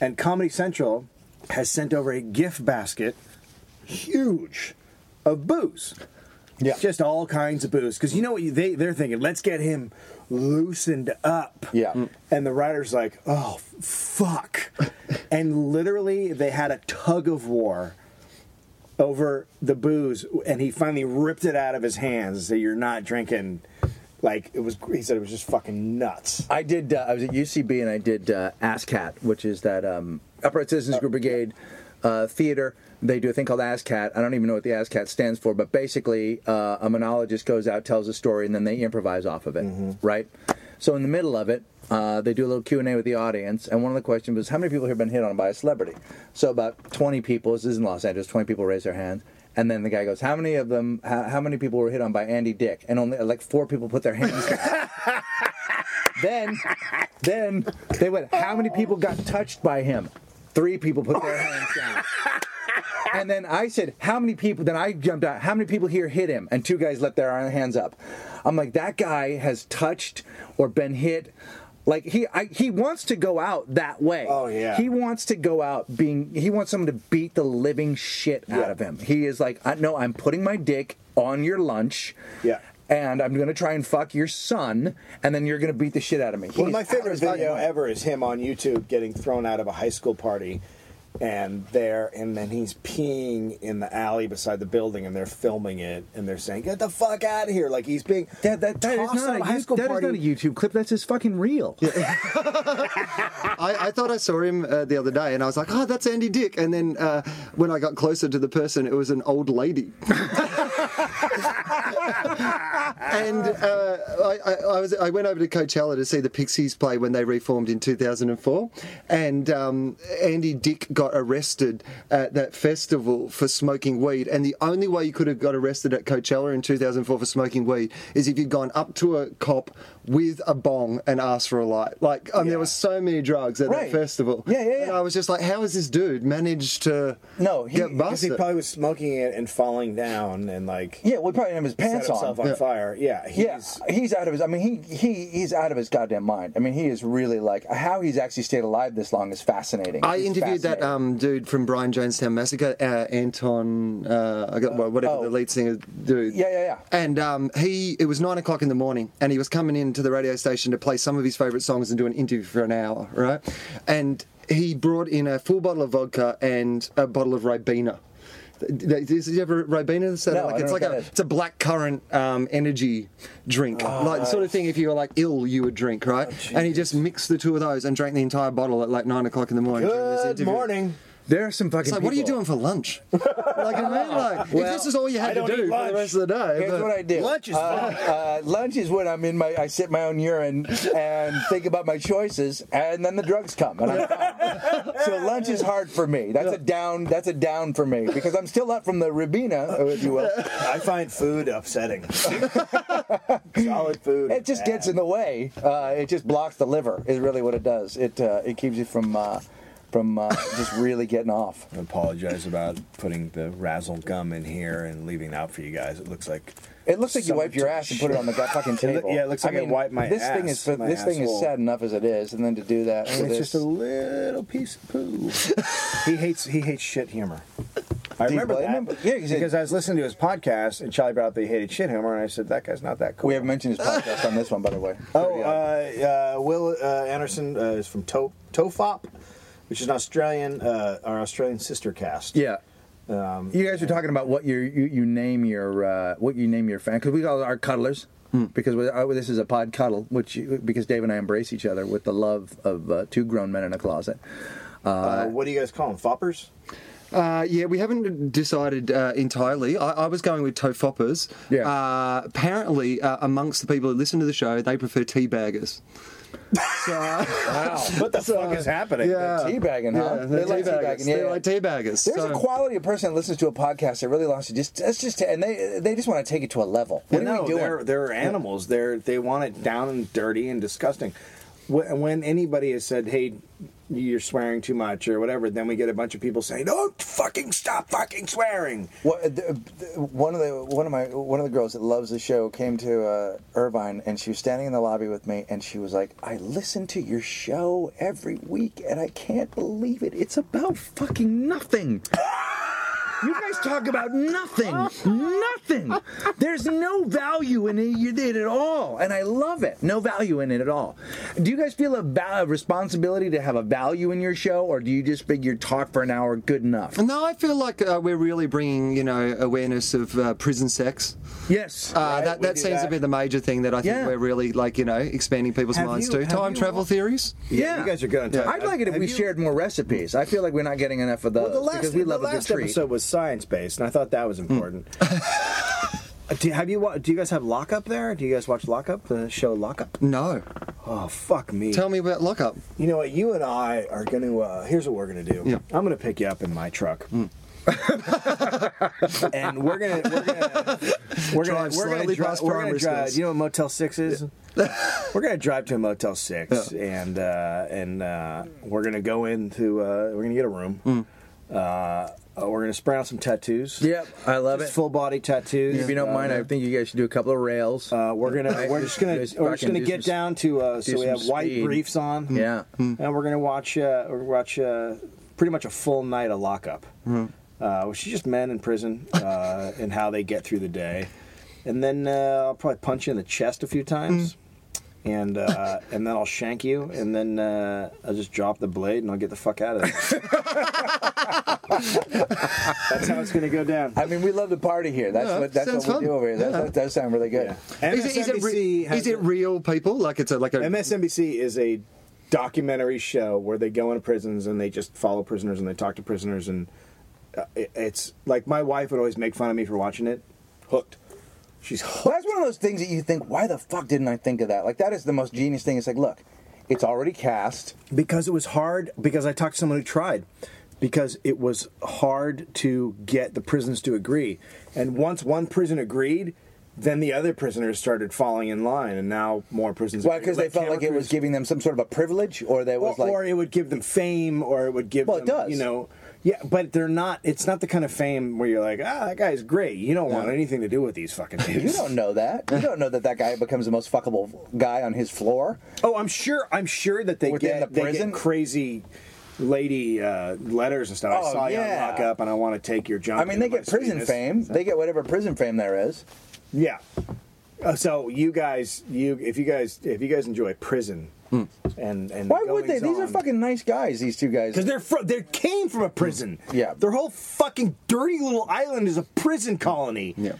Speaker 1: and Comedy Central has sent over a gift basket, huge, of booze.
Speaker 2: Yeah.
Speaker 1: just all kinds of booze because you know what you, they they're thinking. Let's get him loosened up.
Speaker 2: Yeah. Mm.
Speaker 1: and the writer's like, oh fuck,
Speaker 2: (laughs)
Speaker 1: and literally they had a tug of war over the booze, and he finally ripped it out of his hands. And said, "You're not drinking." Like it was, he said it was just fucking nuts.
Speaker 2: I did. Uh, I was at UCB and I did uh, ASCAT, which is that um, Upright Citizens Group Brigade uh, theater. They do a thing called ASCAT. I don't even know what the ASCAT stands for, but basically, uh, a monologist goes out, tells a story, and then they improvise off of it, right? So in the middle of it, uh, they do a little Q and A with the audience, and one of the questions was, "How many people here have been hit on by a celebrity?" So about 20 people. This is in Los Angeles. 20 people raise their hands. And then the guy goes, "How many of them? How, how many people were hit on by Andy Dick?" And only like four people put their hands down. Then, then they went. How many people got touched by him? Three people put their hands
Speaker 1: (laughs)
Speaker 2: down. And then I said, "How many people?" Then I jumped out. How many people here hit him? And two guys let their hands up. I'm like, that guy has touched or been hit. Like he, I, he wants to go out that way.
Speaker 1: Oh, yeah.
Speaker 2: He wants to go out being. He wants someone to beat the living shit out
Speaker 1: Yeah.
Speaker 2: of him. He is like, I, no, I'm putting my dick on your lunch
Speaker 1: Yeah.
Speaker 2: and I'm gonna try and fuck your son, and then you're gonna beat the shit out of me.
Speaker 1: One of
Speaker 2: He's
Speaker 1: my
Speaker 2: out
Speaker 1: favorite
Speaker 2: of his
Speaker 1: video
Speaker 2: fucking mind.
Speaker 1: ever is him on YouTube getting thrown out of a high school party, and there, and then he's peeing in the alley beside the building, and they're filming it, and they're saying, "Get the fuck out of here!" Like he's being
Speaker 2: That, that, that, is
Speaker 1: tossed out
Speaker 2: not
Speaker 1: of
Speaker 2: a,
Speaker 1: a high
Speaker 2: you-
Speaker 1: school
Speaker 2: that is
Speaker 1: party.
Speaker 2: not a YouTube clip. That's his fucking reel.
Speaker 3: I, I thought I saw him uh, the other day, and I was like, "Oh, that's Andy Dick." And then uh, when I got closer to the person, it was an old lady. (laughs) and uh, I, I, I, was, I went over to Coachella to see the Pixies play when they reformed in 2004. And um, Andy Dick got arrested at that festival for smoking weed. And the only way you could have got arrested at Coachella in 2004 for smoking weed is if you'd gone up to a cop with a bong and asked for a light. Like, I mean, there
Speaker 2: Yeah.
Speaker 3: were so many drugs at
Speaker 2: Right.
Speaker 3: that festival.
Speaker 2: Yeah, yeah,
Speaker 3: And
Speaker 2: yeah.
Speaker 3: I was just like, how has this dude managed to
Speaker 2: No, he-
Speaker 3: get
Speaker 1: 'Cause he
Speaker 3: busted?
Speaker 1: probably was smoking it and falling down and like
Speaker 2: Yeah, we probably have his
Speaker 1: set
Speaker 2: pants
Speaker 1: himself
Speaker 2: on.
Speaker 1: on
Speaker 3: Yeah.
Speaker 1: fire. Yeah, he's,
Speaker 2: Yeah, he's out of his. I mean, he he he's out of his goddamn mind. I mean, he is really like how he's actually stayed alive this long is fascinating.
Speaker 3: I
Speaker 2: It's
Speaker 3: interviewed that
Speaker 2: fascinating.
Speaker 3: um, dude from Brian Jonestown Massacre, uh, Anton, uh, I got, well, whatever
Speaker 2: oh.
Speaker 3: the lead singer dude.
Speaker 2: Yeah, yeah, yeah.
Speaker 3: And um, he, it was nine o'clock in the morning, and he was coming into the radio station to play some of his favourite songs and do an interview for an hour, right? And he brought in a full bottle of vodka and a bottle of Ribena. Th- th- Is you ever Ribena? So
Speaker 2: No, I
Speaker 3: like,
Speaker 2: don't
Speaker 3: it's
Speaker 2: know
Speaker 3: like
Speaker 2: what
Speaker 3: a
Speaker 2: that is. Oh,
Speaker 3: it's a black currant um, energy drink, like the sort of thing. If you were like ill, you would drink, right? and he just mixed the two of those and drank the entire bottle at like nine o'clock in the morning. during this
Speaker 1: good
Speaker 3: interview.
Speaker 1: morning.
Speaker 2: There are some fucking.
Speaker 3: It's like, what are you
Speaker 2: people-
Speaker 3: doing for lunch? (laughs) like, I mean, like, if this is all you
Speaker 1: I
Speaker 3: had to
Speaker 1: don't
Speaker 3: do
Speaker 1: eat
Speaker 3: for the
Speaker 1: lunch.
Speaker 3: rest of the day,
Speaker 2: Here's
Speaker 3: but-
Speaker 2: what I do.
Speaker 1: Lunch is
Speaker 2: uh, uh, lunch is when I'm in my. I sit my own urine and think about my choices, and then the drugs come, and I'm fine. so lunch is hard for me. That's a down. That's a down for me because I'm still up from the Rabina, if you will.
Speaker 1: I find food upsetting. (laughs) Solid food.
Speaker 2: It just gets in the way. Uh, it just blocks the liver. Is really what it does. It uh, it keeps you from uh, from uh, just really getting off.
Speaker 1: I apologize about putting the razzle gum in here and leaving it out for you guys. It looks like
Speaker 2: It looks like you
Speaker 1: Someone
Speaker 2: wipe your
Speaker 1: took
Speaker 2: ass and put it on the gu- fucking
Speaker 1: It loo-
Speaker 2: table.
Speaker 1: yeah, it looks like I wiped my
Speaker 2: this Thing
Speaker 1: ass,
Speaker 2: is,
Speaker 1: my
Speaker 2: this thing is
Speaker 1: asshole.
Speaker 2: sad enough as it is, and then to do that.
Speaker 1: it's
Speaker 2: with
Speaker 1: just a
Speaker 2: this-
Speaker 1: little piece of poo.
Speaker 2: (laughs)
Speaker 1: he hates he hates shit humor. I
Speaker 2: Do you
Speaker 1: remember
Speaker 2: blame
Speaker 1: that
Speaker 2: him? Yeah, he said-
Speaker 1: because I was listening to his podcast and Charlie brought up that he hated shit humor, and I said that guy's not that cool.
Speaker 2: we haven't mentioned his podcast on this one, by the way.
Speaker 1: (laughs) Oh, uh, uh, Will uh, Anderson uh, is from to- Tofop, which is an Australian, uh, our Australian sister cast.
Speaker 2: yeah.
Speaker 1: Um,
Speaker 2: you guys were talking about what your, you you name your uh, what you name your fan because we call our cuddlers
Speaker 1: Hmm.
Speaker 2: because we, uh, this is a pod cuddle which because Dave and I embrace each other with the love of uh, two grown men in a closet.
Speaker 1: Uh, what do you guys call them? Foppers?
Speaker 3: Uh, yeah, we haven't decided uh, entirely. I, I was going with tofoppers.
Speaker 2: Yeah.
Speaker 3: Uh, apparently, uh, amongst the people who listen to the show, they prefer teabaggers. (laughs) So, uh,
Speaker 2: Wow.
Speaker 1: (laughs) What the fuck is happening?
Speaker 3: yeah.
Speaker 2: Teabagging, huh?
Speaker 3: Yeah, they're teabaggers.
Speaker 2: yeah.
Speaker 3: They're like teabaggers.
Speaker 2: There's a
Speaker 3: So-
Speaker 2: quality of person that listens to a podcast that really wants to just that's just and they they just want to take it to a level. What
Speaker 1: no,
Speaker 2: are we doing?
Speaker 1: They're, they're animals. They're they want it down and dirty and disgusting. When, when anybody has said, "Hey, you're swearing too much" or whatever, then we get a bunch of people saying, "Don't fucking stop fucking swearing."
Speaker 2: What, uh, the, the- one of the one of my one of the girls that loves the show came to uh, Irvine and she was standing in the lobby with me and she was like, "I listen to your show every week and I can't believe it. It's about fucking nothing." (laughs) You guys talk about nothing, nothing. There's no value in it, you did at all, and I love it. No value in it at all. Do you guys feel a, va- a responsibility to have a value in your show, or do you just figure talk for an hour good enough?
Speaker 3: No, I feel like uh, we're really bringing, you know, awareness of uh, prison sex.
Speaker 2: Yes.
Speaker 3: Uh,
Speaker 1: Right,
Speaker 3: that
Speaker 1: we
Speaker 3: that
Speaker 1: do
Speaker 3: seems
Speaker 1: that.
Speaker 3: to be the major thing that I think
Speaker 2: Yeah.
Speaker 3: we're really, like, you know, expanding people's
Speaker 1: Have
Speaker 3: minds
Speaker 1: you-
Speaker 3: to.
Speaker 1: have
Speaker 3: Time
Speaker 1: you
Speaker 3: travel
Speaker 1: watched-
Speaker 3: theories?
Speaker 1: Yeah, you guys are good on time.
Speaker 2: I'd like it if
Speaker 1: Have
Speaker 2: we
Speaker 1: you-
Speaker 2: shared more recipes. I feel like we're not getting enough of those
Speaker 1: Well, the last,
Speaker 2: because we love
Speaker 1: the
Speaker 2: a good
Speaker 1: last
Speaker 2: treat. Hmm.
Speaker 1: episode was science based, and I thought that was
Speaker 2: (laughs)
Speaker 1: important. Uh, do, have you wa- do you guys have Lockup there? Do you guys watch Lockup? The show Lockup?
Speaker 3: No.
Speaker 1: Oh fuck me!
Speaker 3: Tell me about lockup.
Speaker 1: you know what? You and I are going to. Uh, here's what we're going to do.
Speaker 3: Yeah.
Speaker 1: I'm going to pick you up in my truck.
Speaker 2: Hmm.
Speaker 1: (laughs) and we're gonna we're gonna we're gonna we're
Speaker 3: Drive
Speaker 1: gonna,
Speaker 3: slightly
Speaker 1: dri-
Speaker 3: past
Speaker 1: we're gonna
Speaker 3: farmers'
Speaker 1: drive.
Speaker 3: fields.
Speaker 1: You know what Motel Six is? (laughs) we're gonna drive to a Motel Six, and uh, and uh, we're gonna go into uh, we're gonna get a room.
Speaker 2: Hmm.
Speaker 1: Uh, uh, we're gonna spray on some tattoos.
Speaker 2: yep, I love
Speaker 1: Just
Speaker 2: it.
Speaker 1: full body tattoos.
Speaker 2: if you don't mind, I think you guys should do a couple of rails.
Speaker 1: Uh, we're gonna we're just gonna
Speaker 2: Just
Speaker 1: we're just gonna
Speaker 2: fucking do
Speaker 1: get
Speaker 2: some-
Speaker 1: down to uh, so
Speaker 2: do
Speaker 1: we
Speaker 2: some
Speaker 1: have white
Speaker 2: speed.
Speaker 1: briefs on.
Speaker 2: Yeah.
Speaker 1: and we're gonna watch uh, we're gonna watch uh, pretty much a full night of lockup,
Speaker 3: Mm-hmm.
Speaker 1: uh, which is just men in prison uh, and how they get through the day, and then uh, I'll probably punch you in the chest a few
Speaker 3: Mm.
Speaker 1: times. And uh, and then I'll shank you, and then uh, I'll just drop the blade, and I'll get the fuck out of
Speaker 3: (laughs)
Speaker 1: there. That's how it's gonna go down.
Speaker 2: I mean, we love to party here. That's
Speaker 3: Yeah,
Speaker 2: what that's what
Speaker 3: sounds
Speaker 2: we
Speaker 3: fun.
Speaker 2: do over here. That,
Speaker 3: Yeah.
Speaker 2: that does sound really good.
Speaker 3: Is it, is, it re-
Speaker 1: MSNBC has
Speaker 3: is it
Speaker 1: a-
Speaker 3: real people? Like it's a like a
Speaker 1: MSNBC is a documentary show where they go into prisons and they just follow prisoners and they talk to prisoners and uh, it, it's like my wife would always make fun of me for watching it. Hooked. She's
Speaker 2: Well, that's one of those things that you think, why the fuck didn't I think of that? Like, that is the most genius thing. It's like, look, it's already cast.
Speaker 1: because it was hard because i talked to someone who tried because it was hard to get the prisons to agree and once one prison agreed then the other prisoners started falling in line and now more prisons
Speaker 2: Why?
Speaker 1: agree.
Speaker 2: Because they felt like it
Speaker 1: camera
Speaker 2: was giving them some sort of a privilege, or they
Speaker 1: crews-
Speaker 2: was
Speaker 1: or,
Speaker 2: like,
Speaker 1: or it would give them fame or it would give
Speaker 2: Well, it
Speaker 1: them
Speaker 2: does.
Speaker 1: you know yeah but they're not it's not the kind of fame where you're like ah that guy's great you don't want anything to do with these fucking dudes
Speaker 2: (laughs) you don't know that. You don't know that that guy becomes the most fuckable guy on his floor.
Speaker 1: Oh, I'm sure. I'm sure that they
Speaker 2: Within
Speaker 1: get
Speaker 2: the
Speaker 1: they
Speaker 2: prison?
Speaker 1: get crazy lady uh, letters and stuff.
Speaker 2: Oh,
Speaker 1: I saw you
Speaker 2: yeah.
Speaker 1: on Lock Up, and I want to take your junk.
Speaker 2: I mean, they
Speaker 1: into
Speaker 2: get
Speaker 1: my
Speaker 2: prison
Speaker 1: sweetness.
Speaker 2: fame. They get whatever prison fame there is.
Speaker 1: Yeah. Uh, so you guys, you if you guys if you guys enjoy prison and and
Speaker 2: Hmm. Why would they? These are fucking nice guys. These two guys. (laughs)
Speaker 1: because they're from they came from a prison.
Speaker 3: Mm-hmm.
Speaker 2: Yeah.
Speaker 1: Their whole fucking dirty little island is a prison colony.
Speaker 3: Yeah.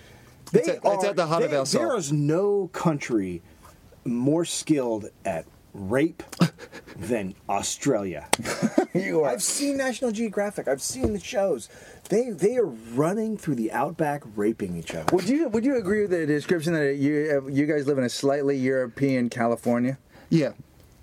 Speaker 1: They
Speaker 3: It's at- it's
Speaker 1: are-
Speaker 3: at the heart of
Speaker 1: they-
Speaker 3: our soul.
Speaker 1: There is no country more skilled at
Speaker 3: (laughs)
Speaker 1: rape than Australia.
Speaker 2: you are.
Speaker 1: I've seen National Geographic. I've seen the shows. They they are running through the outback, raping each other.
Speaker 2: Would you Would you agree with the description that you you guys live in a slightly European California?
Speaker 3: Yeah.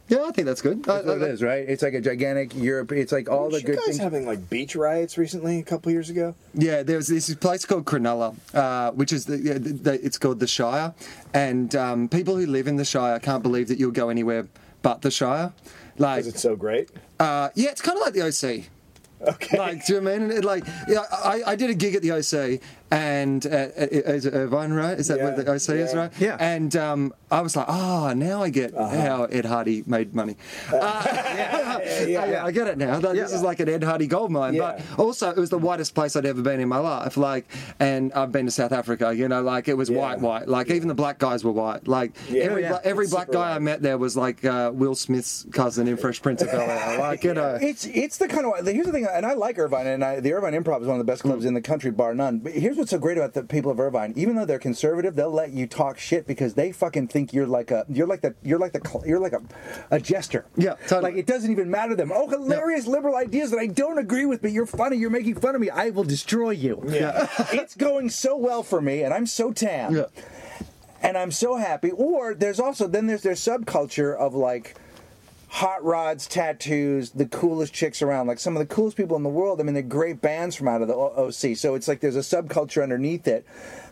Speaker 3: Yeah, I think that's good.
Speaker 1: Uh,
Speaker 3: Uh,
Speaker 2: That's what it is, right? It's like a gigantic Europe. It's like all
Speaker 1: All
Speaker 2: the
Speaker 1: you
Speaker 2: good
Speaker 1: guys
Speaker 2: things.
Speaker 1: having like beach riots recently a couple years ago.
Speaker 3: Yeah, there's this place called Cronulla, uh, which is the, yeah, the, the, it's called the Shire, and um, people who live in the Shire can't believe that you'll go anywhere but the Shire. Like,
Speaker 1: Because it's so great.
Speaker 3: uh, yeah, it's kind of like the OC.
Speaker 1: Okay.
Speaker 3: (laughs) Like, do you know what I mean? And it, like, yeah, I, I did a gig at the OC, and uh, is it Irvine, right? Is that where
Speaker 1: Yeah,
Speaker 3: the OC is,
Speaker 1: yeah. Uh-huh.
Speaker 3: right?
Speaker 2: Yeah.
Speaker 3: And um, I was like, oh, now I get how Ed Hardy made money.
Speaker 1: (laughs)
Speaker 3: Uh,
Speaker 1: yeah,
Speaker 3: I-
Speaker 1: yeah.
Speaker 3: I get it now. Like, This is like an Ed Hardy gold mine.
Speaker 1: Yeah.
Speaker 3: But also, it was the whitest place I'd ever been in my life. Like, and I've been to South Africa. You know, like it was
Speaker 1: Yeah.
Speaker 3: white, white. Like even the black guys were white. Like
Speaker 1: Yeah.
Speaker 3: every
Speaker 1: Oh,
Speaker 2: yeah.
Speaker 3: bla- every
Speaker 1: It's
Speaker 3: black
Speaker 1: super
Speaker 3: guy I
Speaker 1: white.
Speaker 3: met there was like uh, Will Smith's cousin in Fresh Prince of Bel Air. Like you know.
Speaker 2: It's it's the kind of here's the thing, and I like Irvine, and I, the Irvine Improv is one of the best clubs in the country, bar none. But here's what's so great about the people of Irvine: even though they're conservative, they'll let you talk shit because they fucking think you're like a you're like the you're like the cl- you're like a, a jester.
Speaker 3: Yeah, totally.
Speaker 2: like it doesn't even matter to them. Oh, hilarious liberal ideas that I don't agree with, but you're funny. You're making fun of me. I will destroy you.
Speaker 1: Yeah.
Speaker 2: it's going so well for me, and I'm so tan
Speaker 3: Yeah.
Speaker 2: and I'm so happy. Or there's also then there's their subculture of like hot rods, tattoos, the coolest chicks around, like some of the coolest people in the world. I mean, they're great bands from out of the O- OC. So it's like there's a subculture underneath it.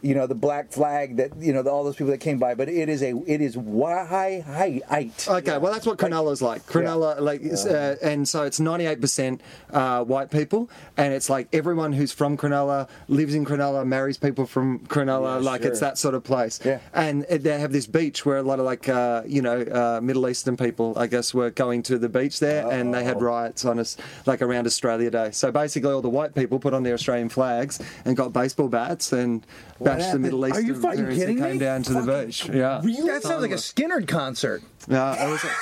Speaker 2: You know, the Black Flag that you know the, all those people that came by. But it is a it is why hi height.
Speaker 3: Okay, well that's what Cronulla's like. Cronulla, like, is, uh, and so it's ninety-eight percent uh, white people, and it's like everyone who's from Cronulla lives in Cronulla, marries people from Cronulla. like it's that sort of place.
Speaker 2: Yeah.
Speaker 3: And it, they have this beach where a lot of like uh, you know uh, Middle Eastern people, I guess, were going to the beach there,
Speaker 2: Oh.
Speaker 3: and they had riots on us like around Australia Day. So basically, all the white people put on their Australian flags and got baseball bats and bashed the
Speaker 2: happened?
Speaker 3: Middle
Speaker 2: Are
Speaker 3: Eastern
Speaker 2: you fucking
Speaker 3: tourists that
Speaker 2: kidding
Speaker 3: came
Speaker 2: me?
Speaker 3: down to the beach. Yeah.
Speaker 2: That sounds like a Skinner concert.
Speaker 3: Yeah, it was. (laughs)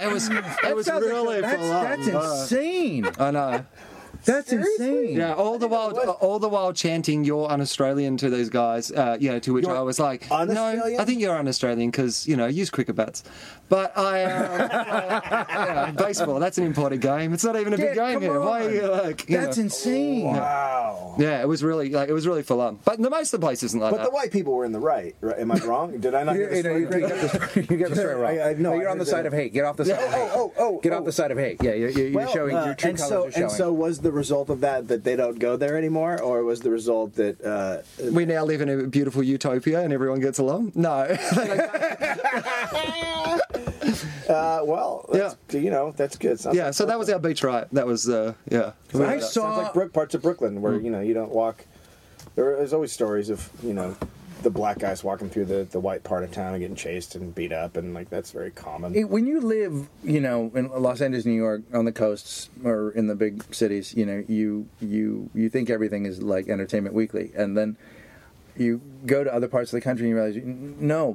Speaker 3: It was. It was
Speaker 2: sounds like
Speaker 3: really
Speaker 2: a-
Speaker 3: full on.
Speaker 2: that's, that's
Speaker 3: Uh,
Speaker 2: insane.
Speaker 3: I know.
Speaker 2: That's insane.
Speaker 3: Yeah, all the while, all the while chanting "You're un-Australian" to these guys. Uh, yeah, to which I was like, "No,
Speaker 1: un-Australian?
Speaker 3: I think you're un-Australian because you know use cricket bats." But
Speaker 2: (laughs)
Speaker 3: I, uh, yeah, baseball. That's an imported game. It's not even a big
Speaker 2: Yeah,
Speaker 3: game
Speaker 2: come
Speaker 3: here. Why are
Speaker 2: on.
Speaker 3: you like? you
Speaker 2: (laughs) That's
Speaker 3: know?
Speaker 2: insane.
Speaker 1: (laughs) Wow.
Speaker 3: yeah, it was really like it was really full on. But the most of the place isn't like
Speaker 1: But the
Speaker 3: that.
Speaker 1: white people were in the right. right? Am I wrong? Did I not
Speaker 2: You,
Speaker 1: get
Speaker 2: you
Speaker 1: this
Speaker 2: know, you,
Speaker 1: right?
Speaker 2: you got the, you got the story wrong.
Speaker 1: I- I- no,
Speaker 2: No,
Speaker 1: I
Speaker 2: you're on
Speaker 1: heard
Speaker 2: the
Speaker 1: that.
Speaker 2: side of hate. Get off the side. of
Speaker 1: oh,
Speaker 2: hate.
Speaker 1: oh, oh,
Speaker 2: Get
Speaker 1: oh.
Speaker 2: off the side of hate. Yeah, you're, you're,
Speaker 1: Well,
Speaker 2: you're showing
Speaker 1: uh,
Speaker 2: your true
Speaker 1: and
Speaker 2: colors
Speaker 1: so,
Speaker 2: are showing.
Speaker 1: And so, was the result of that that they don't go there anymore, or was the result that uh,
Speaker 3: we now live in a beautiful utopia and everyone gets along. No, (laughs)
Speaker 1: uh, well, that's, you know, that's good. Sounds
Speaker 3: yeah.
Speaker 1: like
Speaker 3: So that was our beach riot. That was uh, yeah.
Speaker 2: I
Speaker 1: Yeah,
Speaker 2: saw-
Speaker 1: sounds like Brook, parts of Brooklyn
Speaker 3: Hmm.
Speaker 1: where you know you don't walk. There is always stories of you know the black guys walking through the, the white part of town and getting chased and beat up and like that's very common.
Speaker 2: It- when you live, you know, in Los Angeles, New York, on the coasts or in the big cities, you know, you you you think everything is like Entertainment Weekly, and then you go to other parts of the country and you realize, n- no,